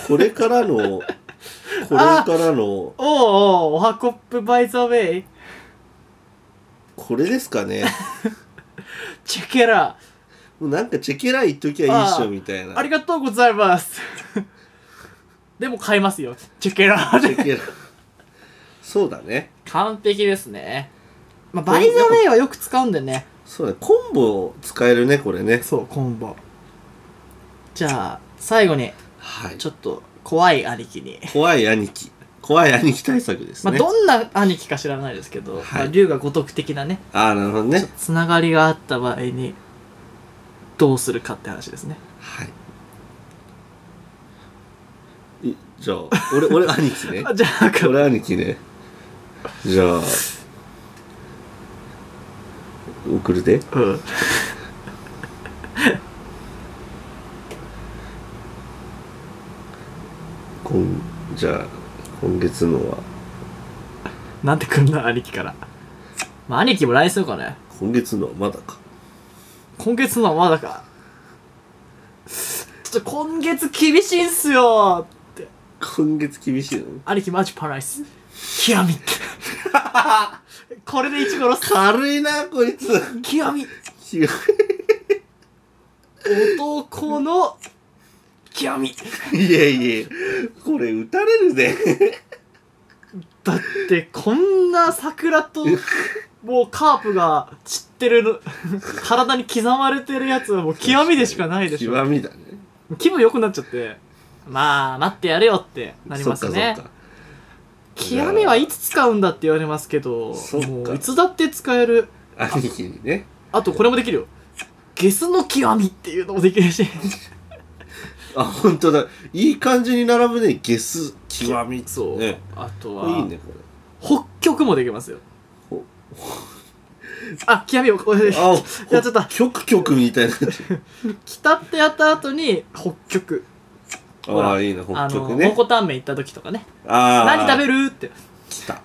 Speaker 1: これから のこれからの
Speaker 2: おうおうおはコップバイザーウェイ
Speaker 1: これですかね
Speaker 2: チェケラ
Speaker 1: もうなんかチェケラ言っときゃいいっし
Speaker 2: あ
Speaker 1: ょ
Speaker 2: ー
Speaker 1: みたいな
Speaker 2: ありがとうございます でも買いますよチェケラ
Speaker 1: チェケラそうだね
Speaker 2: 完璧ですね、まあ、バイザーウェイはよく使うんでね
Speaker 1: そうだねコンボ使えるねこれね
Speaker 2: そうコンボじゃあ最後に
Speaker 1: はい
Speaker 2: ちょっと怖い兄貴に、
Speaker 1: 怖い兄貴怖い兄貴対策です
Speaker 2: まあ、
Speaker 1: ね、
Speaker 2: どんな兄貴か知らないですけど、
Speaker 1: はい
Speaker 2: まあ、龍が如く的なね
Speaker 1: ああなるほどね
Speaker 2: つながりがあった場合にどうするかって話ですね
Speaker 1: はいいじゃあ俺俺兄貴ね
Speaker 2: あじゃあ
Speaker 1: 俺兄貴ねじゃあ送るで
Speaker 2: うん
Speaker 1: 今じゃあ今月のは
Speaker 2: なんてくんな兄貴からまあ兄貴も LINE するかね
Speaker 1: 今月のはまだか
Speaker 2: 今月のはまだかちょっと今月厳しいんすよ
Speaker 1: 今月厳しいの
Speaker 2: 兄貴マジパライス極み これで一殺す
Speaker 1: 軽いなこいつ
Speaker 2: 極み
Speaker 1: 違う
Speaker 2: 男の極み
Speaker 1: いやいやこれ打たれるぜ
Speaker 2: だってこんな 桜ともうカープが散ってるの 体に刻まれてるやつはもう極みでしかないでしょ
Speaker 1: 極みだね
Speaker 2: 気分良くなっちゃってまあ待ってやれよってなります
Speaker 1: そっ
Speaker 2: ね
Speaker 1: かそっか
Speaker 2: 極みはいつ使うんだって言われますけど
Speaker 1: そっか
Speaker 2: もういつだって使える
Speaker 1: 兄貴にね
Speaker 2: あとこれもできるよゲスの極みっていうのもできる し
Speaker 1: あ本当だいい感じに並ぶねゲス極み
Speaker 2: そう、
Speaker 1: ね
Speaker 2: あと
Speaker 1: い
Speaker 2: はい
Speaker 1: ねこ
Speaker 2: 北極もできますよ
Speaker 1: れほ
Speaker 2: あ極みをこれ
Speaker 1: あ
Speaker 2: やっちゃった
Speaker 1: 極極みたいな感じ
Speaker 2: 北ってやった後に北極ほ
Speaker 1: あ
Speaker 2: ら
Speaker 1: あいいな北
Speaker 2: あの
Speaker 1: 極
Speaker 2: 蒙
Speaker 1: ね
Speaker 2: 古タンメン行った時とかね
Speaker 1: ああ
Speaker 2: 何食べ
Speaker 1: る
Speaker 2: るって
Speaker 1: 来た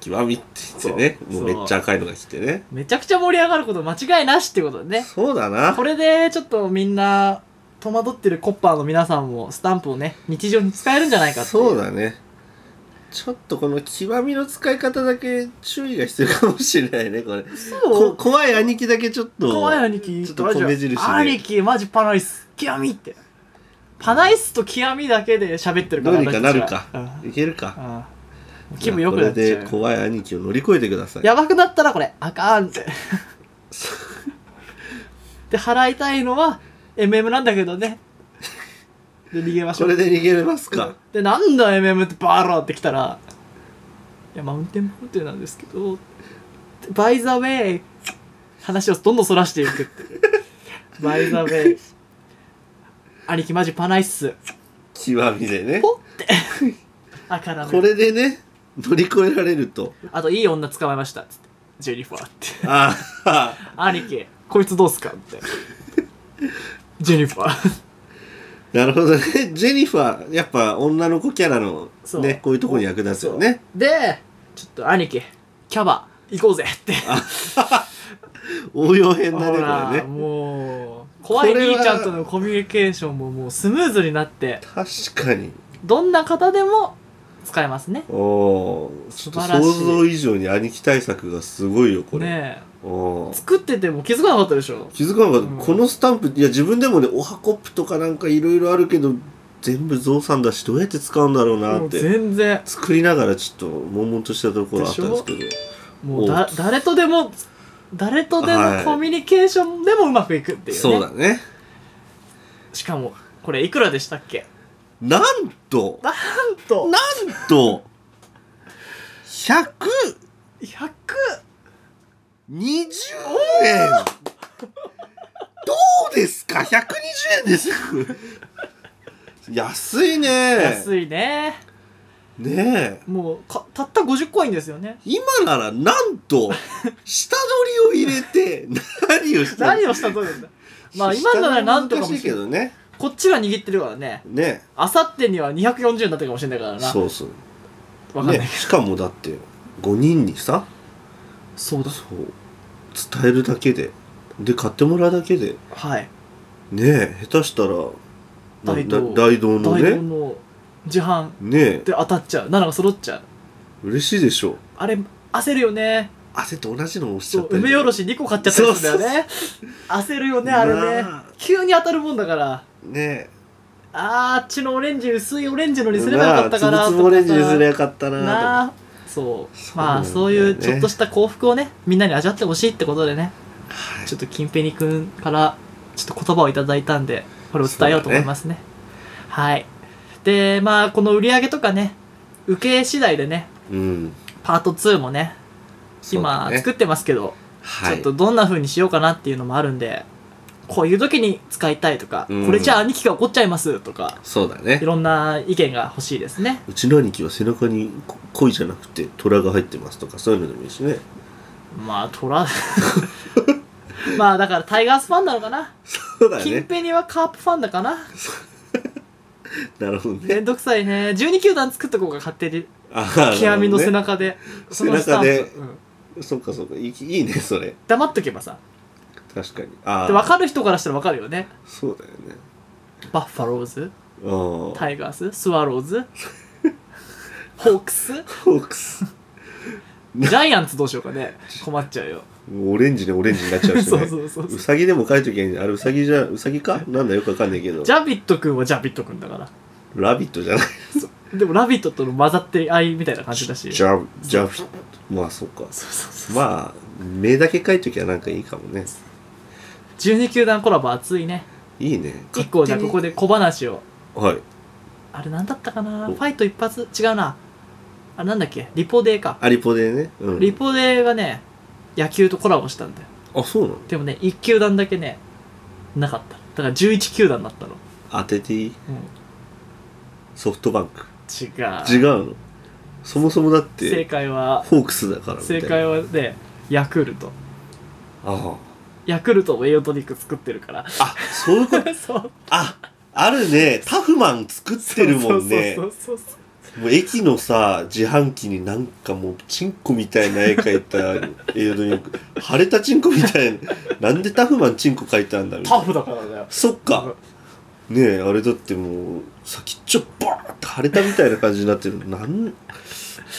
Speaker 1: 極みって言ってねも
Speaker 2: そうう
Speaker 1: めっちゃ赤いのが来てね
Speaker 2: めちゃくちゃ盛り上がること間違いなしってことだね
Speaker 1: そうだな
Speaker 2: これでちょっとみんな戸惑ってるコッパーの皆さんもスタンプをね日常に使えるんじゃないかっていう
Speaker 1: そうだねちょっとこの極みの使い方だけ注意が必要かもしれないねこれ
Speaker 2: そ
Speaker 1: こ
Speaker 2: う
Speaker 1: 怖い兄貴だけちょっと
Speaker 2: 怖い兄貴
Speaker 1: ちょっと米印で
Speaker 2: 兄貴マジパナイス極みってパナイスと極みだけで喋ってるか
Speaker 1: ど
Speaker 2: ら
Speaker 1: うにかなるか
Speaker 2: 私たちは
Speaker 1: いけるか
Speaker 2: うんうん気分良くなっち
Speaker 1: じゃあこれで
Speaker 2: ゃうよ
Speaker 1: 怖い兄貴を乗り越えてください
Speaker 2: やばくなったらこれあかん ってで払いたいのは MM なんだけどねで逃 げまし
Speaker 1: そ
Speaker 2: ょう
Speaker 1: れで逃げれますか、
Speaker 2: でなんだ MM ってバーローってきたらいやマウンテンボーテなんですけどバイザウェイ話をどんどんそらしていくってバイザウェイ兄貴マジパナイス
Speaker 1: 極みでね
Speaker 2: ポってあから
Speaker 1: こ
Speaker 2: め
Speaker 1: れでね乗り越えられると
Speaker 2: あといい女捕まえましたつってジェニファーって
Speaker 1: ああ
Speaker 2: 兄貴こいつどうすか ってジェニファー
Speaker 1: なるほどねジェニファーやっぱ女の子キャラの
Speaker 2: そう
Speaker 1: ねこういうとこに役立つよね
Speaker 2: でちょっと兄貴キャバ行こうぜって
Speaker 1: 応用編だ
Speaker 2: ほ
Speaker 1: ね
Speaker 2: ら
Speaker 1: これね
Speaker 2: もう怖い
Speaker 1: これは
Speaker 2: 兄ちゃんとのコミュニケーションももうスムーズになって
Speaker 1: 確かに
Speaker 2: どんな方でも使えますね
Speaker 1: おおーちょっと
Speaker 2: 素晴らしい
Speaker 1: 想像以上に兄貴対策がすごいよこれ、
Speaker 2: ね
Speaker 1: おー
Speaker 2: え作ってても気づかなかったでしょ
Speaker 1: 気づかなかった、
Speaker 2: うん
Speaker 1: このスタンプいや自分でもねおはコップとかなんかいろいろあるけど全部ゾウさんだしどうやって使うんだろうな
Speaker 2: も
Speaker 1: っ
Speaker 2: う
Speaker 1: て
Speaker 2: 全然
Speaker 1: 作りながらちょっと悶々としたところあったんですけど
Speaker 2: もうだ誰とでも誰とで
Speaker 1: は
Speaker 2: も
Speaker 1: い
Speaker 2: コミュニケーションでもうまくいくっていうね
Speaker 1: そうだね
Speaker 2: しかもこれいくらでしたっけ
Speaker 1: なんと
Speaker 2: なんと
Speaker 1: なんと120
Speaker 2: 100
Speaker 1: 円どうですか120円です安いね
Speaker 2: 安いね
Speaker 1: ねえ
Speaker 2: もうかたった50コインですよね
Speaker 1: 今ならなんと下取りを入れて何をした
Speaker 2: 何をしたと るんだまあ今ならなんとかもし
Speaker 1: 難しいけどね
Speaker 2: こっちが握ってるからね
Speaker 1: ね
Speaker 2: あさってには240になってるかもしれないからな
Speaker 1: そうそう
Speaker 2: わかんない
Speaker 1: ね、
Speaker 2: けど、
Speaker 1: しかもだって5人にさ
Speaker 2: そうだ
Speaker 1: そう伝えるだけでで買ってもらうだけで
Speaker 2: はい
Speaker 1: ねえ下手したらな
Speaker 2: 大道
Speaker 1: な大道の
Speaker 2: 大根
Speaker 1: ね
Speaker 2: の自販
Speaker 1: ねえ
Speaker 2: で当たっちゃう7が揃っちゃう
Speaker 1: 嬉しいでしょ
Speaker 2: あれ焦るよね
Speaker 1: 汗と同じのを押しちゃ
Speaker 2: そう
Speaker 1: った
Speaker 2: 梅おろし2個買っちゃったりするんだよ ね焦るよねあれね
Speaker 1: なあ
Speaker 2: 急に当たるもんだから
Speaker 1: ね
Speaker 2: あーあっちのオレンジ薄いオレンジの
Speaker 1: え
Speaker 2: にすればよかったか
Speaker 1: な
Speaker 2: な
Speaker 1: あ
Speaker 2: と
Speaker 1: つぶつ
Speaker 2: かさ
Speaker 1: ぶオレンジにすればよかったな
Speaker 2: なあそう
Speaker 1: そうなんだよね
Speaker 2: まあそういうちょっとした幸福をねみんなに味わってほしいってことでね
Speaker 1: はい
Speaker 2: ちょっと金ペニ君からちょっと言葉をいただいたんでこれを伝えようと思いますねはいでまあこの売り上げとかね受け次第でね
Speaker 1: うん
Speaker 2: パート2もね
Speaker 1: そうだ
Speaker 2: 今
Speaker 1: ね
Speaker 2: 作ってますけど、
Speaker 1: はい
Speaker 2: ちょっとどんな風にしようかなっていうのもあるんでこういう時に使いたいとか、
Speaker 1: うん
Speaker 2: これじゃあ兄貴が怒っちゃいますとか
Speaker 1: そうだ
Speaker 2: い
Speaker 1: ね
Speaker 2: ろんな意見が欲しいですね
Speaker 1: うちの兄貴は背中にこ鯉じゃなくて虎が入ってますとかそういうのでもいいしね
Speaker 2: まあ虎 まあだからタイガースファンなのかな、
Speaker 1: そうだ
Speaker 2: キン
Speaker 1: ね
Speaker 2: ペニはカープファンだ かな
Speaker 1: なるほどね
Speaker 2: めんどくさいね12球団作っとこうか勝手に
Speaker 1: ああ
Speaker 2: 極みの背
Speaker 1: なる
Speaker 2: 中で、
Speaker 1: ほどね背中で
Speaker 2: うん、
Speaker 1: そっかそっかいいいいねそれ
Speaker 2: 黙っとけばさ
Speaker 1: 確かにあ
Speaker 2: で分かる人からしたら分かるよね
Speaker 1: そうだよね
Speaker 2: バッファローズ
Speaker 1: ああ
Speaker 2: タイガーススワロー ズホークス
Speaker 1: ホークス
Speaker 2: ジャイアンツどうしようかね困っちゃうよ
Speaker 1: もうオレンジでオレンジになっちゃうしね
Speaker 2: そうそうそうそう
Speaker 1: さぎでも書いときゃいいんだあれうさぎじゃうさぎかなんだよくわかんないけど
Speaker 2: うジャビット君はジャビット君だから
Speaker 1: ラビットじゃない
Speaker 2: でも「ラビット!」との混ざって合いみたいな感じだし
Speaker 1: ジャジャフまあそっか
Speaker 2: そうそうそう
Speaker 1: まあ目だけ書いときゃなんかいいかもね
Speaker 2: 12球団コラボ熱いね
Speaker 1: いいね
Speaker 2: 一個じゃあここで小話を
Speaker 1: こはい
Speaker 2: あれなんだったかな
Speaker 1: お
Speaker 2: ファイト一発違うなあれなんだっけリポデーか
Speaker 1: アリポでね、うん、
Speaker 2: リポデーがね野球とコラボしたんだよ
Speaker 1: あそうなの
Speaker 2: でもね1球団だけねなかっただから11球団だったの、
Speaker 1: 当てていい
Speaker 2: うん、
Speaker 1: ソフトバンク違
Speaker 2: 違う
Speaker 1: うのそもそもだっ
Speaker 2: 正
Speaker 1: て
Speaker 2: 解は
Speaker 1: ホークスだからみたい
Speaker 2: 正
Speaker 1: な
Speaker 2: 解はねヤクルト
Speaker 1: あ
Speaker 2: ヤクルトも栄養トニック作ってるから
Speaker 1: ああそういうこと
Speaker 2: そう
Speaker 1: ああるねタフマン作ってるもんね
Speaker 2: そうそうそうそう
Speaker 1: もう駅のさ自販機になんかもうチンコみたいな絵描いた栄養ドリンク腫れたチンコみたいななんでタフマンチンコ描いてあんだろう
Speaker 2: タフだからだよ
Speaker 1: そっかねえあれだってもう先っちょバーンって腫れたみたいな感じになってるなん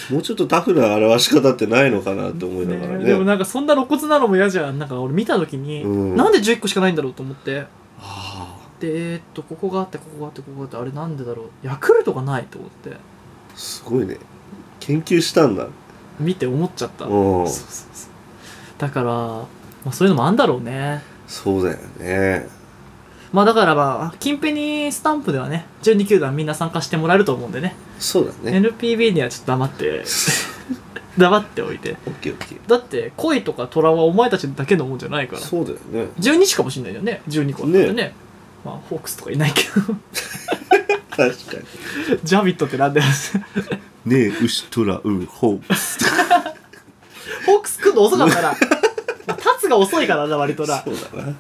Speaker 1: もうちょっとタフな表し方ってないのかなって思いながら
Speaker 2: ね
Speaker 1: ね
Speaker 2: でもなんかそんな露骨なのも嫌じゃんなんか俺見た時に、
Speaker 1: うん
Speaker 2: なんで11個しかないんだろうと思って
Speaker 1: あ
Speaker 2: でえーっとここがあってここがあってここがあってあれなんでだろうヤクルトがないと思って
Speaker 1: あすごいね研究したんだ
Speaker 2: 見て思っちゃったそう
Speaker 1: うん
Speaker 2: そうそうだから、まあ、そういうのもあんだろうね
Speaker 1: そうだよね
Speaker 2: まあだからまあ近辺にスタンプではね12球団みんな参加してもらえると思うんでね
Speaker 1: そうだね
Speaker 2: NPB にはちょっと黙って 黙っておいて
Speaker 1: オッケーオッケー
Speaker 2: だって恋とか虎はお前たちだけのもんじゃないから
Speaker 1: そうだよね
Speaker 2: 12しかもしんないよね12個だってねまあホークスとかいないけど
Speaker 1: 確か
Speaker 2: ジャビットってなんだよ
Speaker 1: にねえ牛虎うんほう
Speaker 2: ホークス来るの遅かったなまあ立つが遅いからな割とな
Speaker 1: そうだな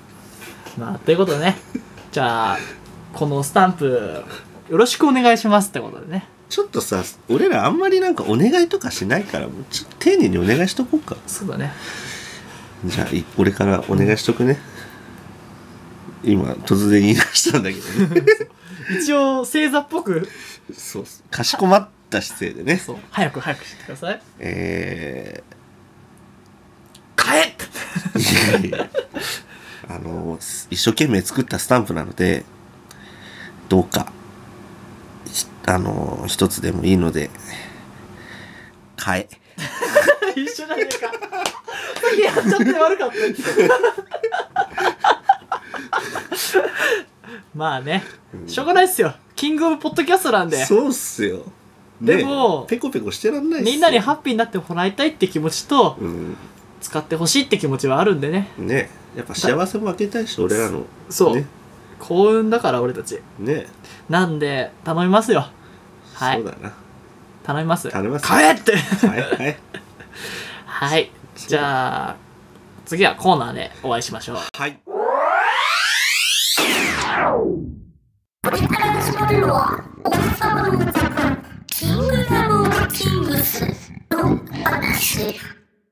Speaker 2: まあということでねじゃあこのスタンプよろしくお願いしますってことでね
Speaker 1: ちょっとさ俺らあんまりなんかお願いとかしないからもうちょっと丁寧にお願いしとこうか
Speaker 2: そうだね
Speaker 1: じゃあい俺からお願いしとくね今突然言い出したんだけどね
Speaker 2: 一応星座っぽく
Speaker 1: そうかしこまった姿勢でね
Speaker 2: そう早く早くしてください
Speaker 1: え
Speaker 2: 買え
Speaker 1: ー、いやいやあの一生懸命作ったスタンプなのでどうかひあの一つでもいいので買え
Speaker 2: 一緒じゃねえかさっきやっちゃって 悪かったまあねしょうがないっすよキングオブポッドキャストなんで
Speaker 1: そうっすよ、
Speaker 2: でも
Speaker 1: ペコペコしてらんないっすよ
Speaker 2: みんなにハッピーになってもらいたいって気持ちと
Speaker 1: うん
Speaker 2: 使ってほしいって気持ちはあるんでね
Speaker 1: ねやっぱ幸せも分けたいし俺らの
Speaker 2: そう、
Speaker 1: ね
Speaker 2: 幸運だから俺たち
Speaker 1: ね
Speaker 2: なんで頼みますよは
Speaker 1: そ
Speaker 2: いう
Speaker 1: だな
Speaker 2: 頼みます
Speaker 1: 頼みます
Speaker 2: 買え って
Speaker 1: はいはい
Speaker 2: はいじゃあ次はコーナーでお会いしましょう
Speaker 1: はい
Speaker 3: キングダム・オブ・キングスの話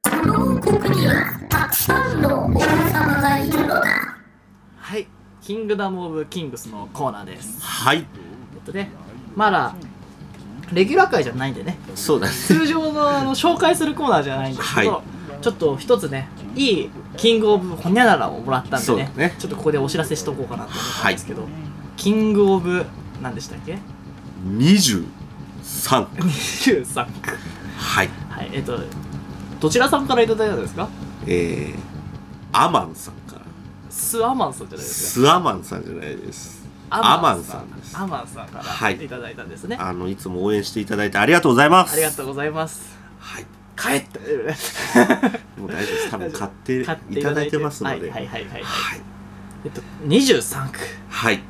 Speaker 3: この王国にはたくさんの王様がいるのだ
Speaker 2: はいキングダム・オブ・キングスのコーナーです
Speaker 1: はい
Speaker 2: えっとねまだレギュラー会じゃないんでね
Speaker 1: そうだね
Speaker 2: 通常のあの紹介するコーナーじゃないんですけど、
Speaker 1: は
Speaker 2: ちょっと一つねいいキングオブホニャララをもらったんで
Speaker 1: そう
Speaker 2: ね
Speaker 1: だね
Speaker 2: ちょっとここでお知らせしとこうかなと思ったんですけど、キングオブ何でしたっけ
Speaker 1: 23
Speaker 2: 23区
Speaker 1: はい
Speaker 2: はいえっとどちらさんからいただいたんですか
Speaker 1: えー、アマンさんから
Speaker 2: スアマンさんじゃないですか
Speaker 1: スアマンさんじゃないですアマンさんです
Speaker 2: アマンさんか
Speaker 1: は
Speaker 2: ら
Speaker 1: い
Speaker 2: いただいたんですね、
Speaker 1: あのいつも応援していただいてありがとうございます
Speaker 2: ありがとうございます
Speaker 1: はい
Speaker 2: 帰って
Speaker 1: もう大丈夫です多分買って
Speaker 2: 買って
Speaker 1: いただいてますので
Speaker 2: は
Speaker 1: はい
Speaker 2: いはいはいはい、はい、
Speaker 1: はい、
Speaker 2: えっと23区
Speaker 1: はい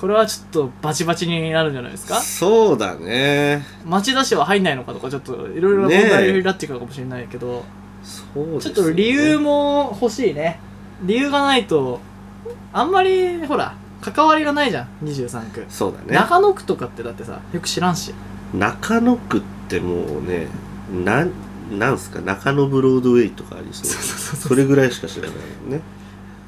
Speaker 2: これはちょっとバチバチになるんじゃないですか
Speaker 1: そうだね
Speaker 2: 町田市は入んないのかとかちょっといろいろ問題になってくるかもしれないけど、
Speaker 1: そうです
Speaker 2: ちょ
Speaker 1: よね
Speaker 2: っと理由も欲しいね理由がないとあんまりほら関わりがないじゃん23区、
Speaker 1: そうだね
Speaker 2: 中野区とかってだってさよく知らんし
Speaker 1: 中野区ってもうねなんなんすか中野ブロードウェイとかありそう
Speaker 2: そうそうそう
Speaker 1: それぐらいしか知らないもんね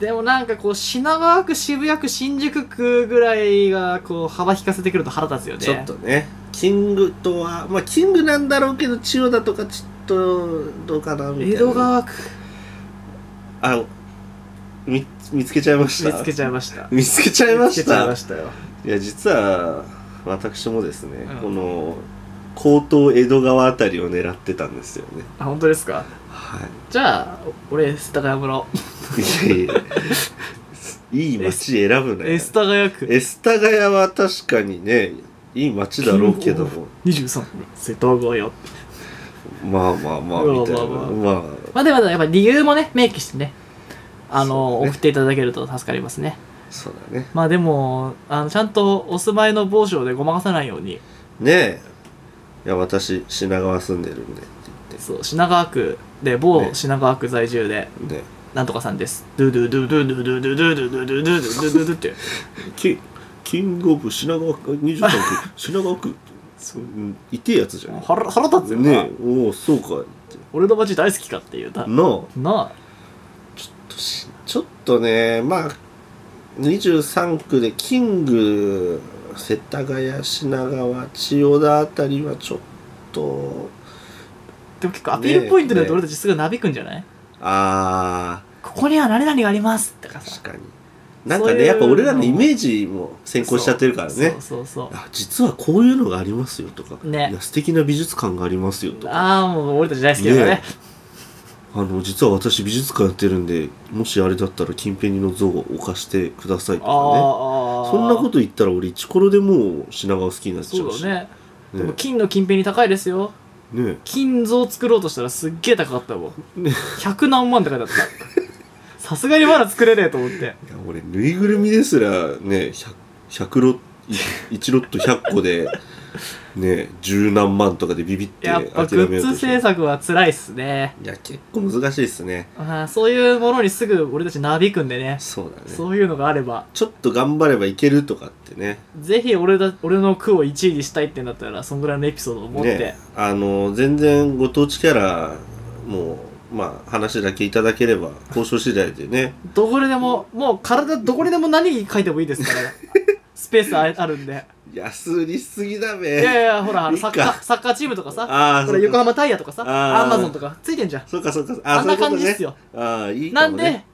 Speaker 2: でもなんかこう品川区渋谷区新宿区ぐらいがこう幅引かせてくると腹立つよね
Speaker 1: ちょっとねキングとはまあキングなんだろうけど千代田とかちょっとどうかなみたいな
Speaker 2: 江戸川区
Speaker 1: あみ見つけちゃいました
Speaker 2: 見つけちゃいました
Speaker 1: 見つけちゃいま
Speaker 2: 見つ
Speaker 1: し
Speaker 2: けちゃい
Speaker 1: た
Speaker 2: ましたよ
Speaker 1: いや実は私もですね、
Speaker 2: うん
Speaker 1: この江東江戸川あたりを狙ってたんですよね
Speaker 2: あ本当ですか
Speaker 1: はい
Speaker 2: じゃあ俺世田谷村
Speaker 1: いやいやいい街選ぶなよ
Speaker 2: え世田谷区
Speaker 1: エスタガヤは確かにねいい街だろうけども
Speaker 2: 23区世田谷って
Speaker 1: まあまあまあみたいな
Speaker 2: まあまあ
Speaker 1: まあ
Speaker 2: まあでもやっぱ理由もね明記してねあの
Speaker 1: そうね
Speaker 2: 送っていただけると助かりますね
Speaker 1: そうだね
Speaker 2: まあでもあのちゃんとお住まいの某所でごまかさないように
Speaker 1: ねえいや私品川住んでるんでって
Speaker 2: そう品川区で某
Speaker 1: ね
Speaker 2: 品川区在住で、
Speaker 1: 言ってね
Speaker 2: なんとかさんです。ドゥドゥドゥドゥドゥドゥドゥドゥドゥドゥドゥドゥドゥドゥドゥって。
Speaker 1: キキングオブ品川区23区 品川区
Speaker 2: そう
Speaker 1: うん痛えやつじゃん
Speaker 2: 腹腹立つよな
Speaker 1: ねえおおそうか
Speaker 2: 俺の街大好きかっていう
Speaker 1: な
Speaker 2: な。
Speaker 1: あ
Speaker 2: なあ。
Speaker 1: ちょっとねまあ23区でキング世田谷品川千代田あたりはちょっと
Speaker 2: でも結構アピールポイントで俺たちすぐなびくんじゃない、
Speaker 1: あ
Speaker 2: ここには何々がありますとか
Speaker 1: ー
Speaker 2: さ。
Speaker 1: 確かになんか
Speaker 2: そうい
Speaker 1: ね
Speaker 2: う
Speaker 1: やっぱ俺らのイメージも先行しちゃってるからね
Speaker 2: そうそうそうそう。
Speaker 1: あ実はこういうのがありますよとか、
Speaker 2: ね
Speaker 1: いや素敵な美術館がありますよとか
Speaker 2: ああ、もう俺たち大好きだからね
Speaker 1: ね。あの実は私美術館やってるんでもしあれだったら近辺の像を置かしてくださいと
Speaker 2: あ
Speaker 1: かね
Speaker 2: あああ。
Speaker 1: そんなこと言ったら俺イチコロでもう品川好きになっちゃ
Speaker 2: そうう
Speaker 1: し
Speaker 2: だね。
Speaker 1: ね
Speaker 2: でも金の近辺に高いですよ。
Speaker 1: ね
Speaker 2: 金像作ろうとしたらすっげえ高かったもん。
Speaker 1: ね
Speaker 2: 100何万って書いてあった。 さすがにまだ作れねえと思って。
Speaker 1: いや俺ぬいぐるみですらね 100, 100ロい1ロット100個で ね十何万とかでビビって
Speaker 2: や
Speaker 1: 諦
Speaker 2: っ
Speaker 1: めよ
Speaker 2: ぱ
Speaker 1: うと
Speaker 2: グッズ
Speaker 1: して
Speaker 2: 制作は辛いっすね。
Speaker 1: いや結構難しいですね
Speaker 2: あーそういうものにすぐ俺たちなびくんでね。
Speaker 1: そうだね
Speaker 2: そういうのがあれば、
Speaker 1: ちょっと頑張ればいけるとかってね
Speaker 2: ぜひ俺だ俺の句を1位にしたいってなったら、そんぐらいのエピソードを持って。
Speaker 1: ねあの全然ご当地キャラもうまあ話だけいただければ 交渉次第でね
Speaker 2: どこにでも、もう体どこにでも何書いてもいいです から。スペースああるんで。
Speaker 1: 安りすぎだべ
Speaker 2: いやいや、ほら、あのサッカ
Speaker 1: いい
Speaker 2: ー、サッカーチームとかさ、
Speaker 1: ああ
Speaker 2: ほら、横浜タイヤとかさ、
Speaker 1: あー
Speaker 2: アマゾンとかついてんじゃん。
Speaker 1: そうかそうか
Speaker 2: あん
Speaker 1: そうい
Speaker 2: な
Speaker 1: うこと
Speaker 2: 感じ
Speaker 1: ね
Speaker 2: っすよ。
Speaker 1: ああいい
Speaker 2: な
Speaker 1: か
Speaker 2: ん
Speaker 1: も、ね、
Speaker 2: で、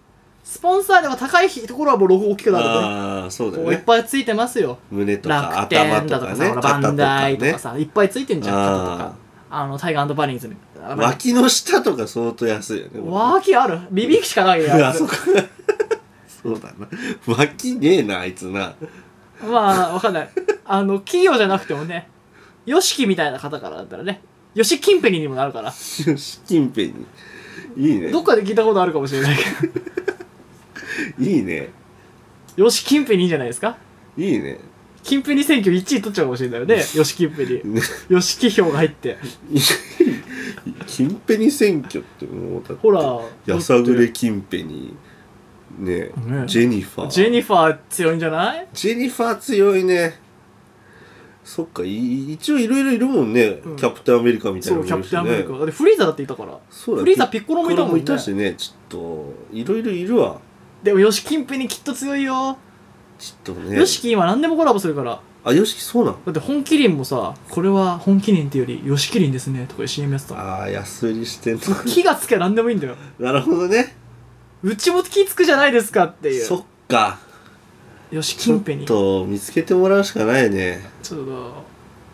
Speaker 2: スポンサーでも高いところはもうロゴ大きくなるとかね
Speaker 1: ああそうだ
Speaker 2: こ
Speaker 1: よ
Speaker 2: ういっ
Speaker 1: ね
Speaker 2: ぱいついてますよ。
Speaker 1: 胸とか
Speaker 2: 楽
Speaker 1: 頭
Speaker 2: 天だ
Speaker 1: と
Speaker 2: と
Speaker 1: か
Speaker 2: かさ、
Speaker 1: ね
Speaker 2: ほらバ
Speaker 1: 肩と
Speaker 2: ンダ
Speaker 1: か
Speaker 2: イと
Speaker 1: ね
Speaker 2: かさ、いっぱいついてんじゃん、肩とか。あの、タイガーバニーズに。あの
Speaker 1: 脇の下とか相当安いよね
Speaker 2: 脇あるビビきしかないや
Speaker 1: あそうか そうだな脇ねえなあいつな
Speaker 2: まあ、わかんない。あの、企業じゃなくてもね、ヨシキみたいな方からだったらね、ヨシキンペニにもなるから、
Speaker 1: 資金ペンにいいね
Speaker 2: どっかで聞いたことあるかもしれないけ
Speaker 1: いいね
Speaker 2: ど、ヨシキンペニいいじゃないですか
Speaker 1: いいね
Speaker 2: キンペニ選挙1位取っちゃうかもし れないよね、ヨシキンペニ。
Speaker 1: ね
Speaker 2: ヨシキ票が入って。
Speaker 1: 金ペニ選挙ってもうだって
Speaker 2: ほら、
Speaker 1: やさぐれ金ペニね
Speaker 2: ね
Speaker 1: ジェニファー
Speaker 2: ジェニファー強いんじゃない
Speaker 1: ジェニファー強いねそっかい一応いろいろいるもんね、
Speaker 2: ん
Speaker 1: キャプテンアメリカみたい
Speaker 2: そ
Speaker 1: な
Speaker 2: う、
Speaker 1: の
Speaker 2: キャ
Speaker 1: もいる
Speaker 2: プ
Speaker 1: し
Speaker 2: テンアメリ
Speaker 1: ね
Speaker 2: カ。だってフリーザだっていたから。
Speaker 1: そうだ
Speaker 2: フリーザピッコロもいたもんね
Speaker 1: ピッコロしねちょっといろいろいるわ
Speaker 2: でもヨシキンペニきっと強いよ。
Speaker 1: ちょっとね
Speaker 2: ヨシキ今何でもコラボするから。
Speaker 1: あよしきそうなの
Speaker 2: だって本麒麟もさ、これは本麒麟っていうよりヨシキリンですね、とかいう CM やってたもん。
Speaker 1: ああ安売りしてんの
Speaker 2: 気がつけば何でもいいんだよ。
Speaker 1: なるほどね
Speaker 2: うちも気つくじゃないですかっていう。
Speaker 1: そっか
Speaker 2: よし、
Speaker 1: ち
Speaker 2: キ
Speaker 1: ょ
Speaker 2: ン
Speaker 1: っ
Speaker 2: ペに。ちょ
Speaker 1: と見つけてもらうしかないね
Speaker 2: っと、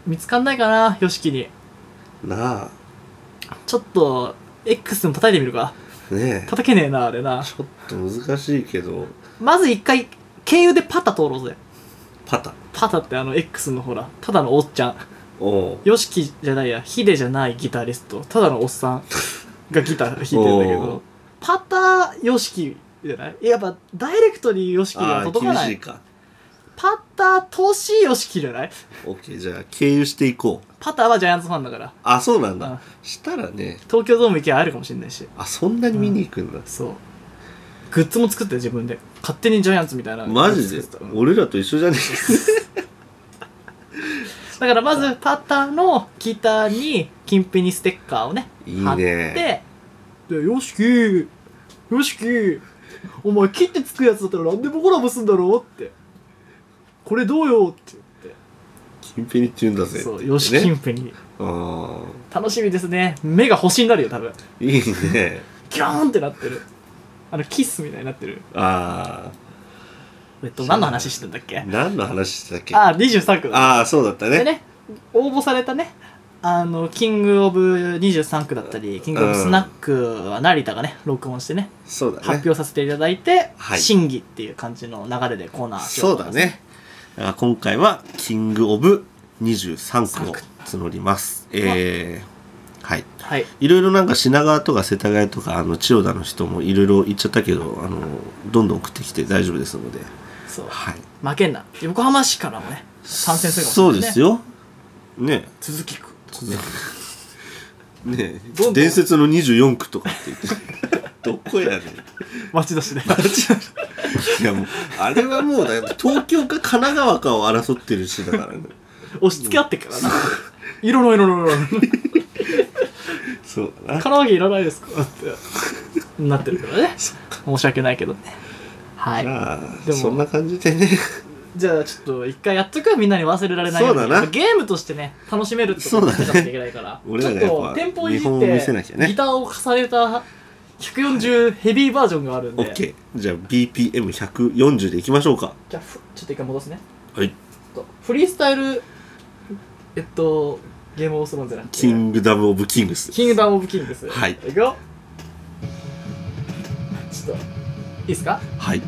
Speaker 2: 見つかんないかな、よしきに。
Speaker 1: なあ
Speaker 2: ちょっと、X でも叩いてみるか。
Speaker 1: ねえ
Speaker 2: 叩けねえな、あれな。
Speaker 1: ちょっと難しいけど
Speaker 2: まず一回、経由でパタ通ろうぜ。
Speaker 1: パタ
Speaker 2: パタってあの X のほら、ただのおっちゃん。
Speaker 1: おう
Speaker 2: よしきじゃないや、ヒデじゃないギタリスト。ただのおっさんがギター弾いてんだけ
Speaker 1: お
Speaker 2: ど
Speaker 1: う。
Speaker 2: パタ、よしきじゃないやっぱ、ダイレクトによしきには
Speaker 1: ああ
Speaker 2: 届か
Speaker 1: 厳
Speaker 2: な
Speaker 1: しい
Speaker 2: い。
Speaker 1: か
Speaker 2: パタ、としよしきじゃない
Speaker 1: OK じゃあ経由していこう
Speaker 2: パタはジャイアンツファンだから。
Speaker 1: あそうなん
Speaker 2: うん
Speaker 1: だしたらね
Speaker 2: 東京ドーム行けば会えるかもしれないし。
Speaker 1: あそんなに見に行くんだ、
Speaker 2: そうグッズも作って自分で勝手にジャイアンツみたいな
Speaker 1: マジで
Speaker 2: 作ってた
Speaker 1: 俺らと一緒じゃね
Speaker 2: だからまずパターのギターに金ペニステッカーをね
Speaker 1: えいい
Speaker 2: 貼っ
Speaker 1: ね
Speaker 2: てで「よしきよしきお前切ってつくやつだったら何でもコラボすんだろ?」って「これどうよ?」って言っ
Speaker 1: 金ペニって言うんだ
Speaker 2: て
Speaker 1: ぜ
Speaker 2: そう
Speaker 1: って
Speaker 2: よ
Speaker 1: 言っ
Speaker 2: してき
Speaker 1: ね
Speaker 2: んぺに
Speaker 1: ああ
Speaker 2: 楽しみですね目が星になるよ多分
Speaker 1: いいね
Speaker 2: ギャーンってなってるあのキスみたいになってる
Speaker 1: あ
Speaker 2: えっと何の話してんだっけ
Speaker 1: あ何の話してたっけあ
Speaker 2: あ23区だ
Speaker 1: あそうだったね
Speaker 2: でね応募されたねあのキングオブ23区だったりキングオブスナックは成田がね録音してね
Speaker 1: そうだね
Speaker 2: 発表させていただいて、
Speaker 1: はい
Speaker 2: 審議っていう感じの流れでコーナーしよ
Speaker 1: そう
Speaker 2: と
Speaker 1: だ
Speaker 2: 思います
Speaker 1: ねだから今回はキングオブ23区を
Speaker 2: 区
Speaker 1: 募りますえー、はい
Speaker 2: はい
Speaker 1: いろいろなんか品川とか世田谷とかあの千代田の人もいろいろ言っちゃったけどあのどんどん送ってきて大丈夫ですので
Speaker 2: そう
Speaker 1: はい
Speaker 2: 負けんな横浜市からもね参戦するか
Speaker 1: そ
Speaker 2: も
Speaker 1: う
Speaker 2: しれない、ね、
Speaker 1: ですよね
Speaker 2: 続きく
Speaker 1: ね
Speaker 2: どんど ん
Speaker 1: 伝説の24区とかって言って どこやねん。
Speaker 2: 町田市で。
Speaker 1: いやもう、あれはもうだよ、東京か神奈川かを争ってるしだからね。
Speaker 2: 押し付け合ってっからな。いろいろいろいろ。唐
Speaker 1: そうだな。
Speaker 2: 揚げいらないですかって。なってるか らね。申し訳ないけどね。はい
Speaker 1: じ。ゃあ、
Speaker 2: でも
Speaker 1: そんな感じでね。
Speaker 2: じゃあちょっと一回やっとくよみんなに忘れられないよに
Speaker 1: そうだな
Speaker 2: ゲームとしてね楽しめるってことを見せなきゃいけないから、
Speaker 1: そう
Speaker 2: ち
Speaker 1: だ
Speaker 2: ょ
Speaker 1: ね
Speaker 2: っ
Speaker 1: 俺らがやっ
Speaker 2: と
Speaker 1: ぱ
Speaker 2: テンポをいじ
Speaker 1: 見本
Speaker 2: っ
Speaker 1: を
Speaker 2: て
Speaker 1: 見せなきゃね
Speaker 2: ギターを重ねた140ヘビーバージョンがあるんで、じ
Speaker 1: OK。じゃあ、BPM140 でいきましょうか。
Speaker 2: ゃあふちょっと一回戻すね
Speaker 1: はい。
Speaker 2: ちょっとフリースタイルえっとゲームオースロンじゃなくて
Speaker 1: キングダム・オブ・キングス。
Speaker 2: キングダムオブキングス
Speaker 1: はい
Speaker 2: いくよちょっといいですか
Speaker 1: はい。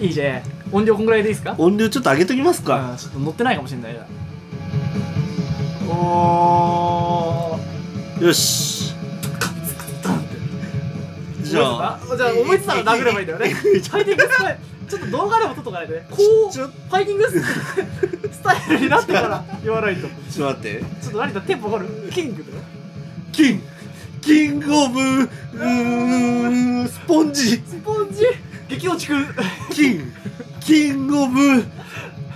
Speaker 2: いいじゃん音量こんぐらいでいいですか
Speaker 1: 音量ちょっと上げときますか。
Speaker 2: うんちょっと乗ってないかもしれないなおー
Speaker 1: よし。じゃあ、
Speaker 2: 思いついたじゃあ思いついたら殴ればいいんだよねファイティングスタイルちょっと動画でも撮っとかないとねこ う
Speaker 1: ち
Speaker 2: フ
Speaker 1: ょ
Speaker 2: ァイティング スタイルになってから言わないとち
Speaker 1: ちょっと待って。
Speaker 2: ょっと何だテンポわかるキングだよ
Speaker 1: キングキング・オブ・うーんスポンジ
Speaker 2: スポンジ激落ちくん
Speaker 1: キングキング・オブ・う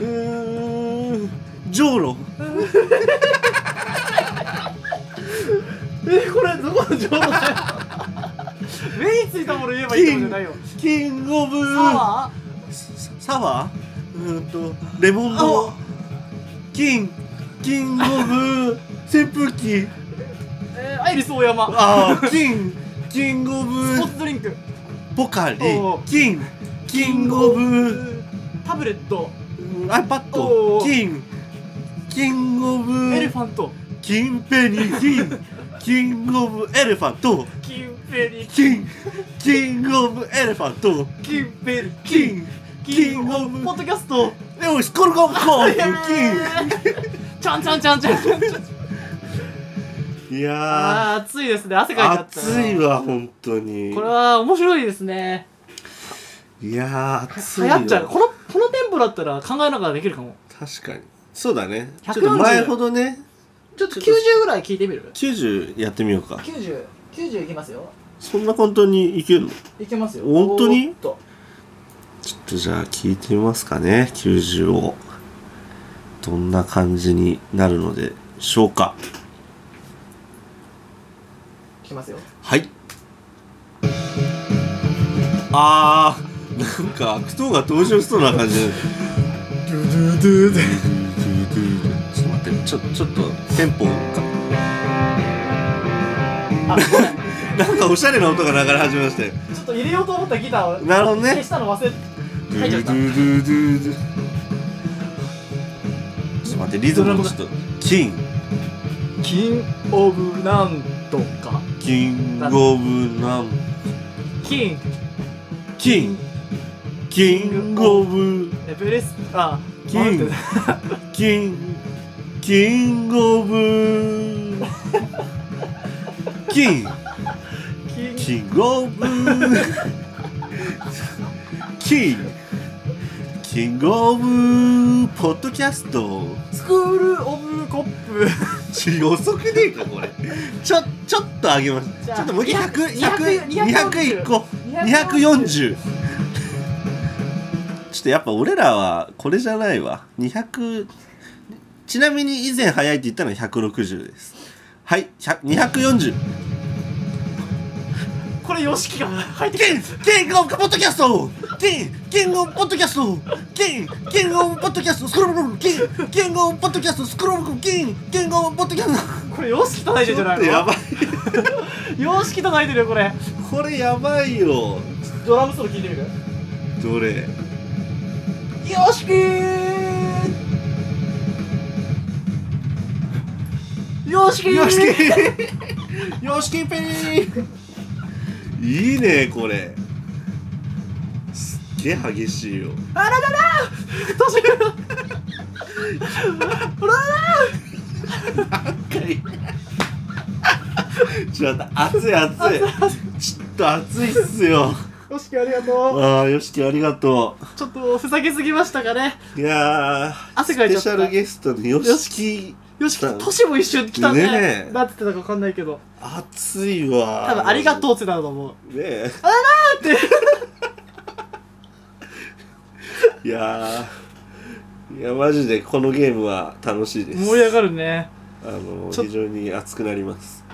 Speaker 1: ーんジョーロ
Speaker 2: えこれどこの情報だよ目についたもの言えばいいってことじゃないよ
Speaker 1: キング・オブ・
Speaker 2: サワ
Speaker 1: ササワーうーんとレモンの
Speaker 2: あ
Speaker 1: キンキング・オブ・扇風機
Speaker 2: ー、えー、アイリス大山
Speaker 1: あーキンキング・オブ
Speaker 2: スポーツドリンク
Speaker 1: ポカリ
Speaker 2: おう
Speaker 1: キンキング・オブ
Speaker 2: タブレット
Speaker 1: iPad
Speaker 2: おう
Speaker 1: キンキング・オブ
Speaker 2: エレファント
Speaker 1: キンペニキン、キングオブエレファント、
Speaker 2: キンペリ
Speaker 1: キン、キングオブエレファント、
Speaker 2: キンペリ
Speaker 1: キン、キングオ
Speaker 2: ポッ
Speaker 1: ブ、
Speaker 2: ドキャスト
Speaker 1: よし、コルコルコン、キ
Speaker 2: ちゃんちゃんちゃんちゃん
Speaker 1: ン。いや
Speaker 2: あー暑いですね汗かいち
Speaker 1: ー、
Speaker 2: ゃった
Speaker 1: 暑いわ、本当に。
Speaker 2: これは面白いですね
Speaker 1: いやー、暑
Speaker 2: 流
Speaker 1: い
Speaker 2: 行っちゃうこ
Speaker 1: よ。
Speaker 2: のこのテンポだったら考えながらできるかも
Speaker 1: 確かに。そうだね。ちょ
Speaker 2: 140
Speaker 1: っと前ほどね、
Speaker 2: ちょっ
Speaker 1: と
Speaker 2: と90ぐらい聞いてみる
Speaker 1: 90やってみようか。
Speaker 2: 9090 90いきますよ
Speaker 1: そんな簡単にいけるの
Speaker 2: いけますよ
Speaker 1: 本当に
Speaker 2: おーっと
Speaker 1: ちょっとじゃあ聞いてみますかね、90を。どんな感じになるのでしょうか。
Speaker 2: いきますよ
Speaker 1: はい。あー、なんか悪党が登場しそうな感じ。
Speaker 2: ドゥドゥドゥ
Speaker 1: ちょっと待って、ちょ、ちょっとテンポが
Speaker 2: あごめん
Speaker 1: なんかおしゃれな音が流れ始めましたよ。
Speaker 2: ちょっと入れようと思ったギターを
Speaker 1: なるほど
Speaker 2: 消
Speaker 1: ね
Speaker 2: し。たの忘れ入っちゃっ
Speaker 1: ち
Speaker 2: た
Speaker 1: ょっと待って、リズムもちょっと。金、
Speaker 2: キンオブなんとか
Speaker 1: キングオブナン、
Speaker 2: キン
Speaker 1: キン、キングオブ、
Speaker 2: エベレスあ
Speaker 1: キン
Speaker 2: 待って
Speaker 1: キン、キングオブ、キン、
Speaker 2: キン
Speaker 1: キングオブキンキングオブポッドキャスト
Speaker 2: スクール・オブ・コップ
Speaker 1: ち予測ねえかこれ ちょちょっと上げますち
Speaker 2: じ
Speaker 1: ょ
Speaker 2: ゃあ
Speaker 1: っともう1 0 0 1
Speaker 2: 200
Speaker 1: 0 0
Speaker 2: 240
Speaker 1: 1個240ちょっとやっぱ俺らはこれじゃないわ200ちなみに以前早いって言ったのは160ですはい100 240
Speaker 2: これ YOSHIKI が入ってき
Speaker 1: キ
Speaker 2: て
Speaker 1: ンキングオブポッドキャストキンキングオブポッドキャストキンキングオブポッドキャストスクロールブルキンキングオブポッドキャストスクロールブルキンキングオブポッドキャスト
Speaker 2: これ YOSHIKI 叩いてるじゃないの
Speaker 1: ばい
Speaker 2: YOSHIKI 叩いてるよこれ
Speaker 1: これやばいよ
Speaker 2: ドラムソロ聞いてみる
Speaker 1: どれ
Speaker 2: YOSHIKI YOSHIKI
Speaker 1: よしきよしきペニーいいねこれすっげえ激しいよ
Speaker 2: あらららどうしようあらら
Speaker 1: ちょっと待って熱い熱いちょっと熱いっすよ
Speaker 2: よしきありがと
Speaker 1: ああ、よしきありがと
Speaker 2: うちょっとふざけすぎましたかね
Speaker 1: う。いやー、
Speaker 2: 汗かいちゃった
Speaker 1: スペシャルゲストのよしき、
Speaker 2: よしき年も一瞬来たね
Speaker 1: ねえ
Speaker 2: なんて言ってたか分かんないけど
Speaker 1: 熱いわ。
Speaker 2: 多分ありがとうってなると思う
Speaker 1: う。ねえ。
Speaker 2: あ
Speaker 1: ら
Speaker 2: ー
Speaker 1: って。 いやー、いや、マジでこのゲームは楽しいです。
Speaker 2: 盛り上がるね
Speaker 1: あの、
Speaker 2: ちょ
Speaker 1: 非常に熱くなります。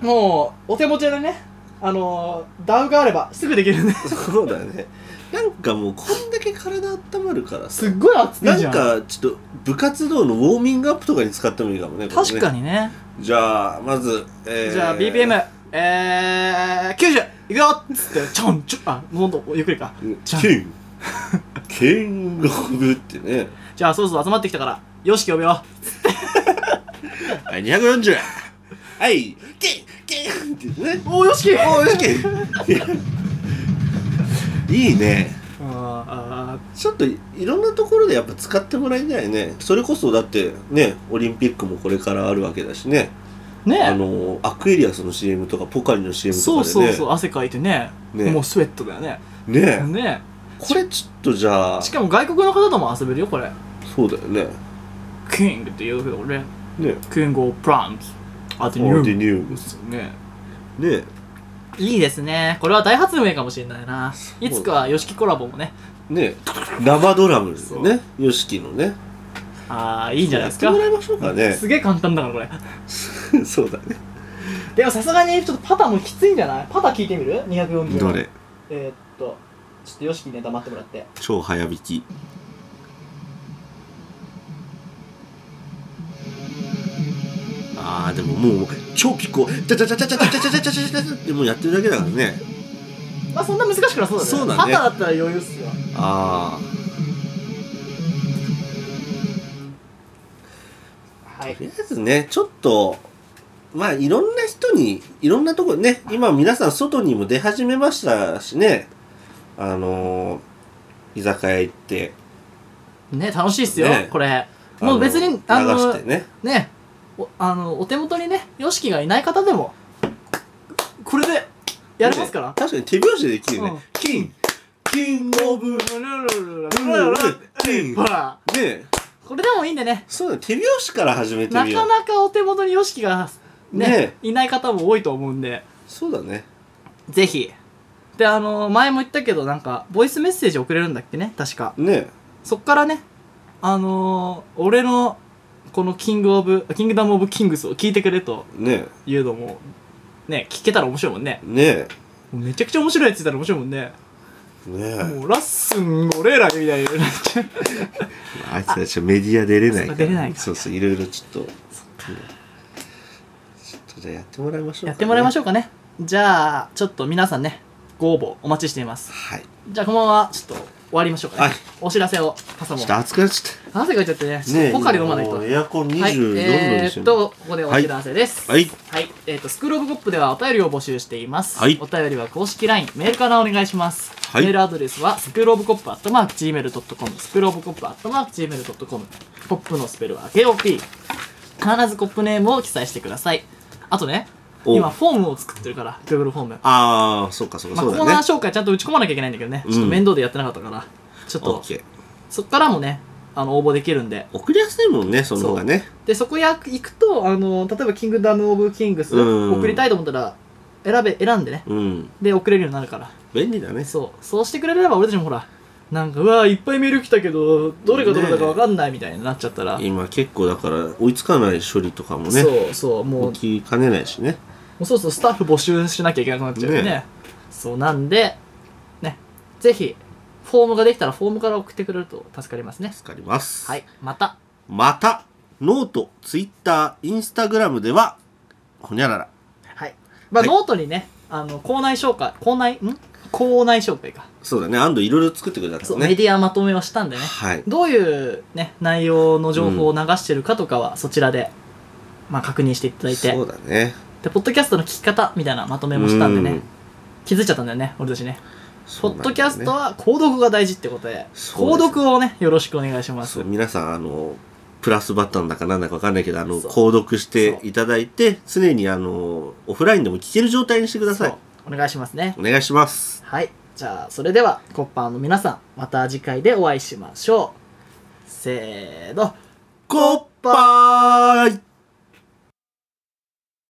Speaker 2: もうお手持ちでねあのーダウがあればすぐできるね
Speaker 1: そうだね。なんかもう、こんだけ体温まるからさ
Speaker 2: すっ。ごい熱い
Speaker 1: な
Speaker 2: じゃ
Speaker 1: ん
Speaker 2: ん
Speaker 1: かちょっと部活動のウォーミングアップとかに使ってもいいかもね。これね
Speaker 2: 確かにね、
Speaker 1: じゃあ、まず、えー
Speaker 2: じゃあ BPM えー、90いくよっつってちょんちょんあほんとゆっくりかじゃあ
Speaker 1: キング。キングオブってね。
Speaker 2: じゃあそろそろ集まってきたからよしき呼ぶよ
Speaker 1: はい、240! はい、キンキンってね。
Speaker 2: おおよしき
Speaker 1: おー、よしキンいいね。
Speaker 2: あ
Speaker 1: ちょっといろんなところでやっぱ使ってもらいたいね。それこそだってね、オリンピックもこれからあるわけだしね。
Speaker 2: ーね
Speaker 1: あの、アクエリアスの CM とかポカリの CM と
Speaker 2: そ
Speaker 1: か
Speaker 2: う
Speaker 1: でね。
Speaker 2: そうそう汗かいてね
Speaker 1: ね
Speaker 2: もうスウェットだよね
Speaker 1: ね
Speaker 2: ね
Speaker 1: これちょっとじゃあ、
Speaker 2: しかも外国の方とも遊べるよこれ
Speaker 1: そうだよね。
Speaker 2: キングって言うけどね
Speaker 1: ね
Speaker 2: キングオブプランズアテニ
Speaker 1: オ
Speaker 2: ュ
Speaker 1: ーディ
Speaker 2: ー
Speaker 1: ニウム
Speaker 2: ですよね
Speaker 1: ね
Speaker 2: いいですねこれは大発明かもしれないないつかは YOSHIKI コラボもね
Speaker 1: ね生ドラムです
Speaker 2: そう
Speaker 1: ね。ヨシキのね。
Speaker 2: ああいいんじゃないですか
Speaker 1: やってもらいましょうかね。
Speaker 2: すげえ簡単だなこれ
Speaker 1: そうだね。
Speaker 2: でもさすがにちょっとパターもきついんじゃないパター聞いてみる240
Speaker 1: どれ
Speaker 2: えー、っとちょっと YOSHIKI ね黙ってもらって
Speaker 1: 超早弾き。ああ、でももう、超ピコ、チャチャチャチャチャチャチャチャチャチャチャチャってもうやってるだけだからね。
Speaker 2: まあそんな難しくなそうだね
Speaker 1: そうだね
Speaker 2: パターだったら余裕っすよ
Speaker 1: あ
Speaker 2: は
Speaker 1: あ、
Speaker 2: い
Speaker 1: とりあえずね、ちょっと、まあいろんな人に、いろんなところね、今皆さん外にも出始めましたしね、あのー居酒屋行って、
Speaker 2: ね楽しいっすよ、
Speaker 1: ね
Speaker 2: これもう別にあ
Speaker 1: あ
Speaker 2: の
Speaker 1: の流してね。
Speaker 2: ねおあのお手元にね YOSHIKI がいない方でもこれでやれますから、
Speaker 1: ね確かに手拍子でできるね、
Speaker 2: うん
Speaker 1: キンキングオブル
Speaker 2: うんほら
Speaker 1: ね
Speaker 2: これでもいいんでね
Speaker 1: そうだ手拍子から始めて
Speaker 2: な
Speaker 1: みよ
Speaker 2: か
Speaker 1: う
Speaker 2: なかお手元に YOSHIKI がね
Speaker 1: ね
Speaker 2: いない方も多いと思うんで
Speaker 1: そうだね
Speaker 2: ぜひであの前も言ったけどなんかボイスメッセージ送れるんだっけね確か
Speaker 1: ね
Speaker 2: そっからねあのー俺のこのキングオブキングダムオブキングスを聞いてくれと
Speaker 1: ね
Speaker 2: いうのもね聞けたら面白いもんね
Speaker 1: ね
Speaker 2: もうめちゃくちゃ面白いやついたら面白いもんね
Speaker 1: ね
Speaker 2: もうラッスンゴレラみたいになっちゃう
Speaker 1: あいつたちはメディア出れないから
Speaker 2: あ出れないか
Speaker 1: そうそういろいろちょっとねちょっとじゃあやってもらいましょうかね、
Speaker 2: やってもらいまし
Speaker 1: ょう
Speaker 2: ょうかねじゃあちょっと皆さんねご応募お待ちしています
Speaker 1: はい
Speaker 2: じゃあこのままちょっと終わりましょうかね、
Speaker 1: はい
Speaker 2: お知らせを挟
Speaker 1: ち
Speaker 2: も
Speaker 1: ょ
Speaker 2: う
Speaker 1: っと暑くなっちゃっ
Speaker 2: 汗かいちゃってね
Speaker 1: たね
Speaker 2: ポカリ飲まないと
Speaker 1: もうエアコン24度
Speaker 2: はい、え
Speaker 1: で
Speaker 2: ー
Speaker 1: すよ、
Speaker 2: っ
Speaker 1: ね
Speaker 2: と、ここでお知らせです。
Speaker 1: はい
Speaker 2: えーっと、スクールオブコップではお便りを募集しています。
Speaker 1: はい
Speaker 2: お便りは公式 LINE、メールからお願いします。
Speaker 1: はい
Speaker 2: メールアドレスは、スクールオブコップアットマーク Gmail.com、スクールオブコップアットマーク Gmail.com、コップのスペルは KOP。必ずコップネームを記載してください。あとね、
Speaker 1: お
Speaker 2: 今フォームを作ってるから、Google フォーム。
Speaker 1: ああそうかそうか、
Speaker 2: まあ、コ
Speaker 1: そ
Speaker 2: ー
Speaker 1: うだ
Speaker 2: ナー
Speaker 1: ね
Speaker 2: 紹介ちゃんと打ち込まなきゃいけないんだけどね。
Speaker 1: うん
Speaker 2: ちょっと面倒でやってなかったから、ちょっ
Speaker 1: オ
Speaker 2: と
Speaker 1: ッ、ケー
Speaker 2: そっからもね、あの、応募できるんで、
Speaker 1: 送りやすいもんねその方がね
Speaker 2: でそこや行くとあの例えば「キングダム・オブ・キングス」
Speaker 1: うん
Speaker 2: 送りたいと思ったら選べ選んでね
Speaker 1: うん
Speaker 2: で送れるようになるから
Speaker 1: 便利だね
Speaker 2: そうそうしてくれれば俺たちもほらなんかうわーいっぱいメール来たけどどれがどれだか分かんないみたいになっちゃったら、
Speaker 1: 今結構だから追いつかない処理とかもね
Speaker 2: そうそうもうも
Speaker 1: 起きかねないしね
Speaker 2: うそうそうスタッフ募集しなきゃいけなくなっちゃうよね
Speaker 1: ね
Speaker 2: そうなんでねぜひフォームができたらフォームから送ってくれると助かりますね
Speaker 1: 助かります、
Speaker 2: はいまた
Speaker 1: またノートツイッターインスタグラムではほにゃらら
Speaker 2: はい、まあ
Speaker 1: はい
Speaker 2: ノートにねあの校内紹介校内ん校内紹介か
Speaker 1: そうだね安藤いろいろ作ってくれたか
Speaker 2: そう、
Speaker 1: ら
Speaker 2: メ
Speaker 1: ね
Speaker 2: ディアまとめをしたんでね
Speaker 1: はい
Speaker 2: どういう、ね、内容の情報を流してるかとかはそちらで、まあ、確認していただいて
Speaker 1: そうだね
Speaker 2: でポッドキャストの聞き方みたいなまとめもしたんで
Speaker 1: う
Speaker 2: ね気づいちゃったんだよね俺たちね
Speaker 1: そ
Speaker 2: ポ
Speaker 1: うなん
Speaker 2: ッ
Speaker 1: だよね
Speaker 2: ドキャストは購読が大事ってことで
Speaker 1: そう
Speaker 2: 購
Speaker 1: です
Speaker 2: 読をねよろしくお願いします
Speaker 1: そう皆さんあのプラスバッタンだかなんだかわかんないけどあの
Speaker 2: そう
Speaker 1: 購読していただいて常にあのオフラインでも聞ける状態にしてください
Speaker 2: そうお願いしますね
Speaker 1: お願いします
Speaker 2: はいじゃあそれではコッパーの皆さんまた次回でお会いしましょうせーの
Speaker 1: コッパーイ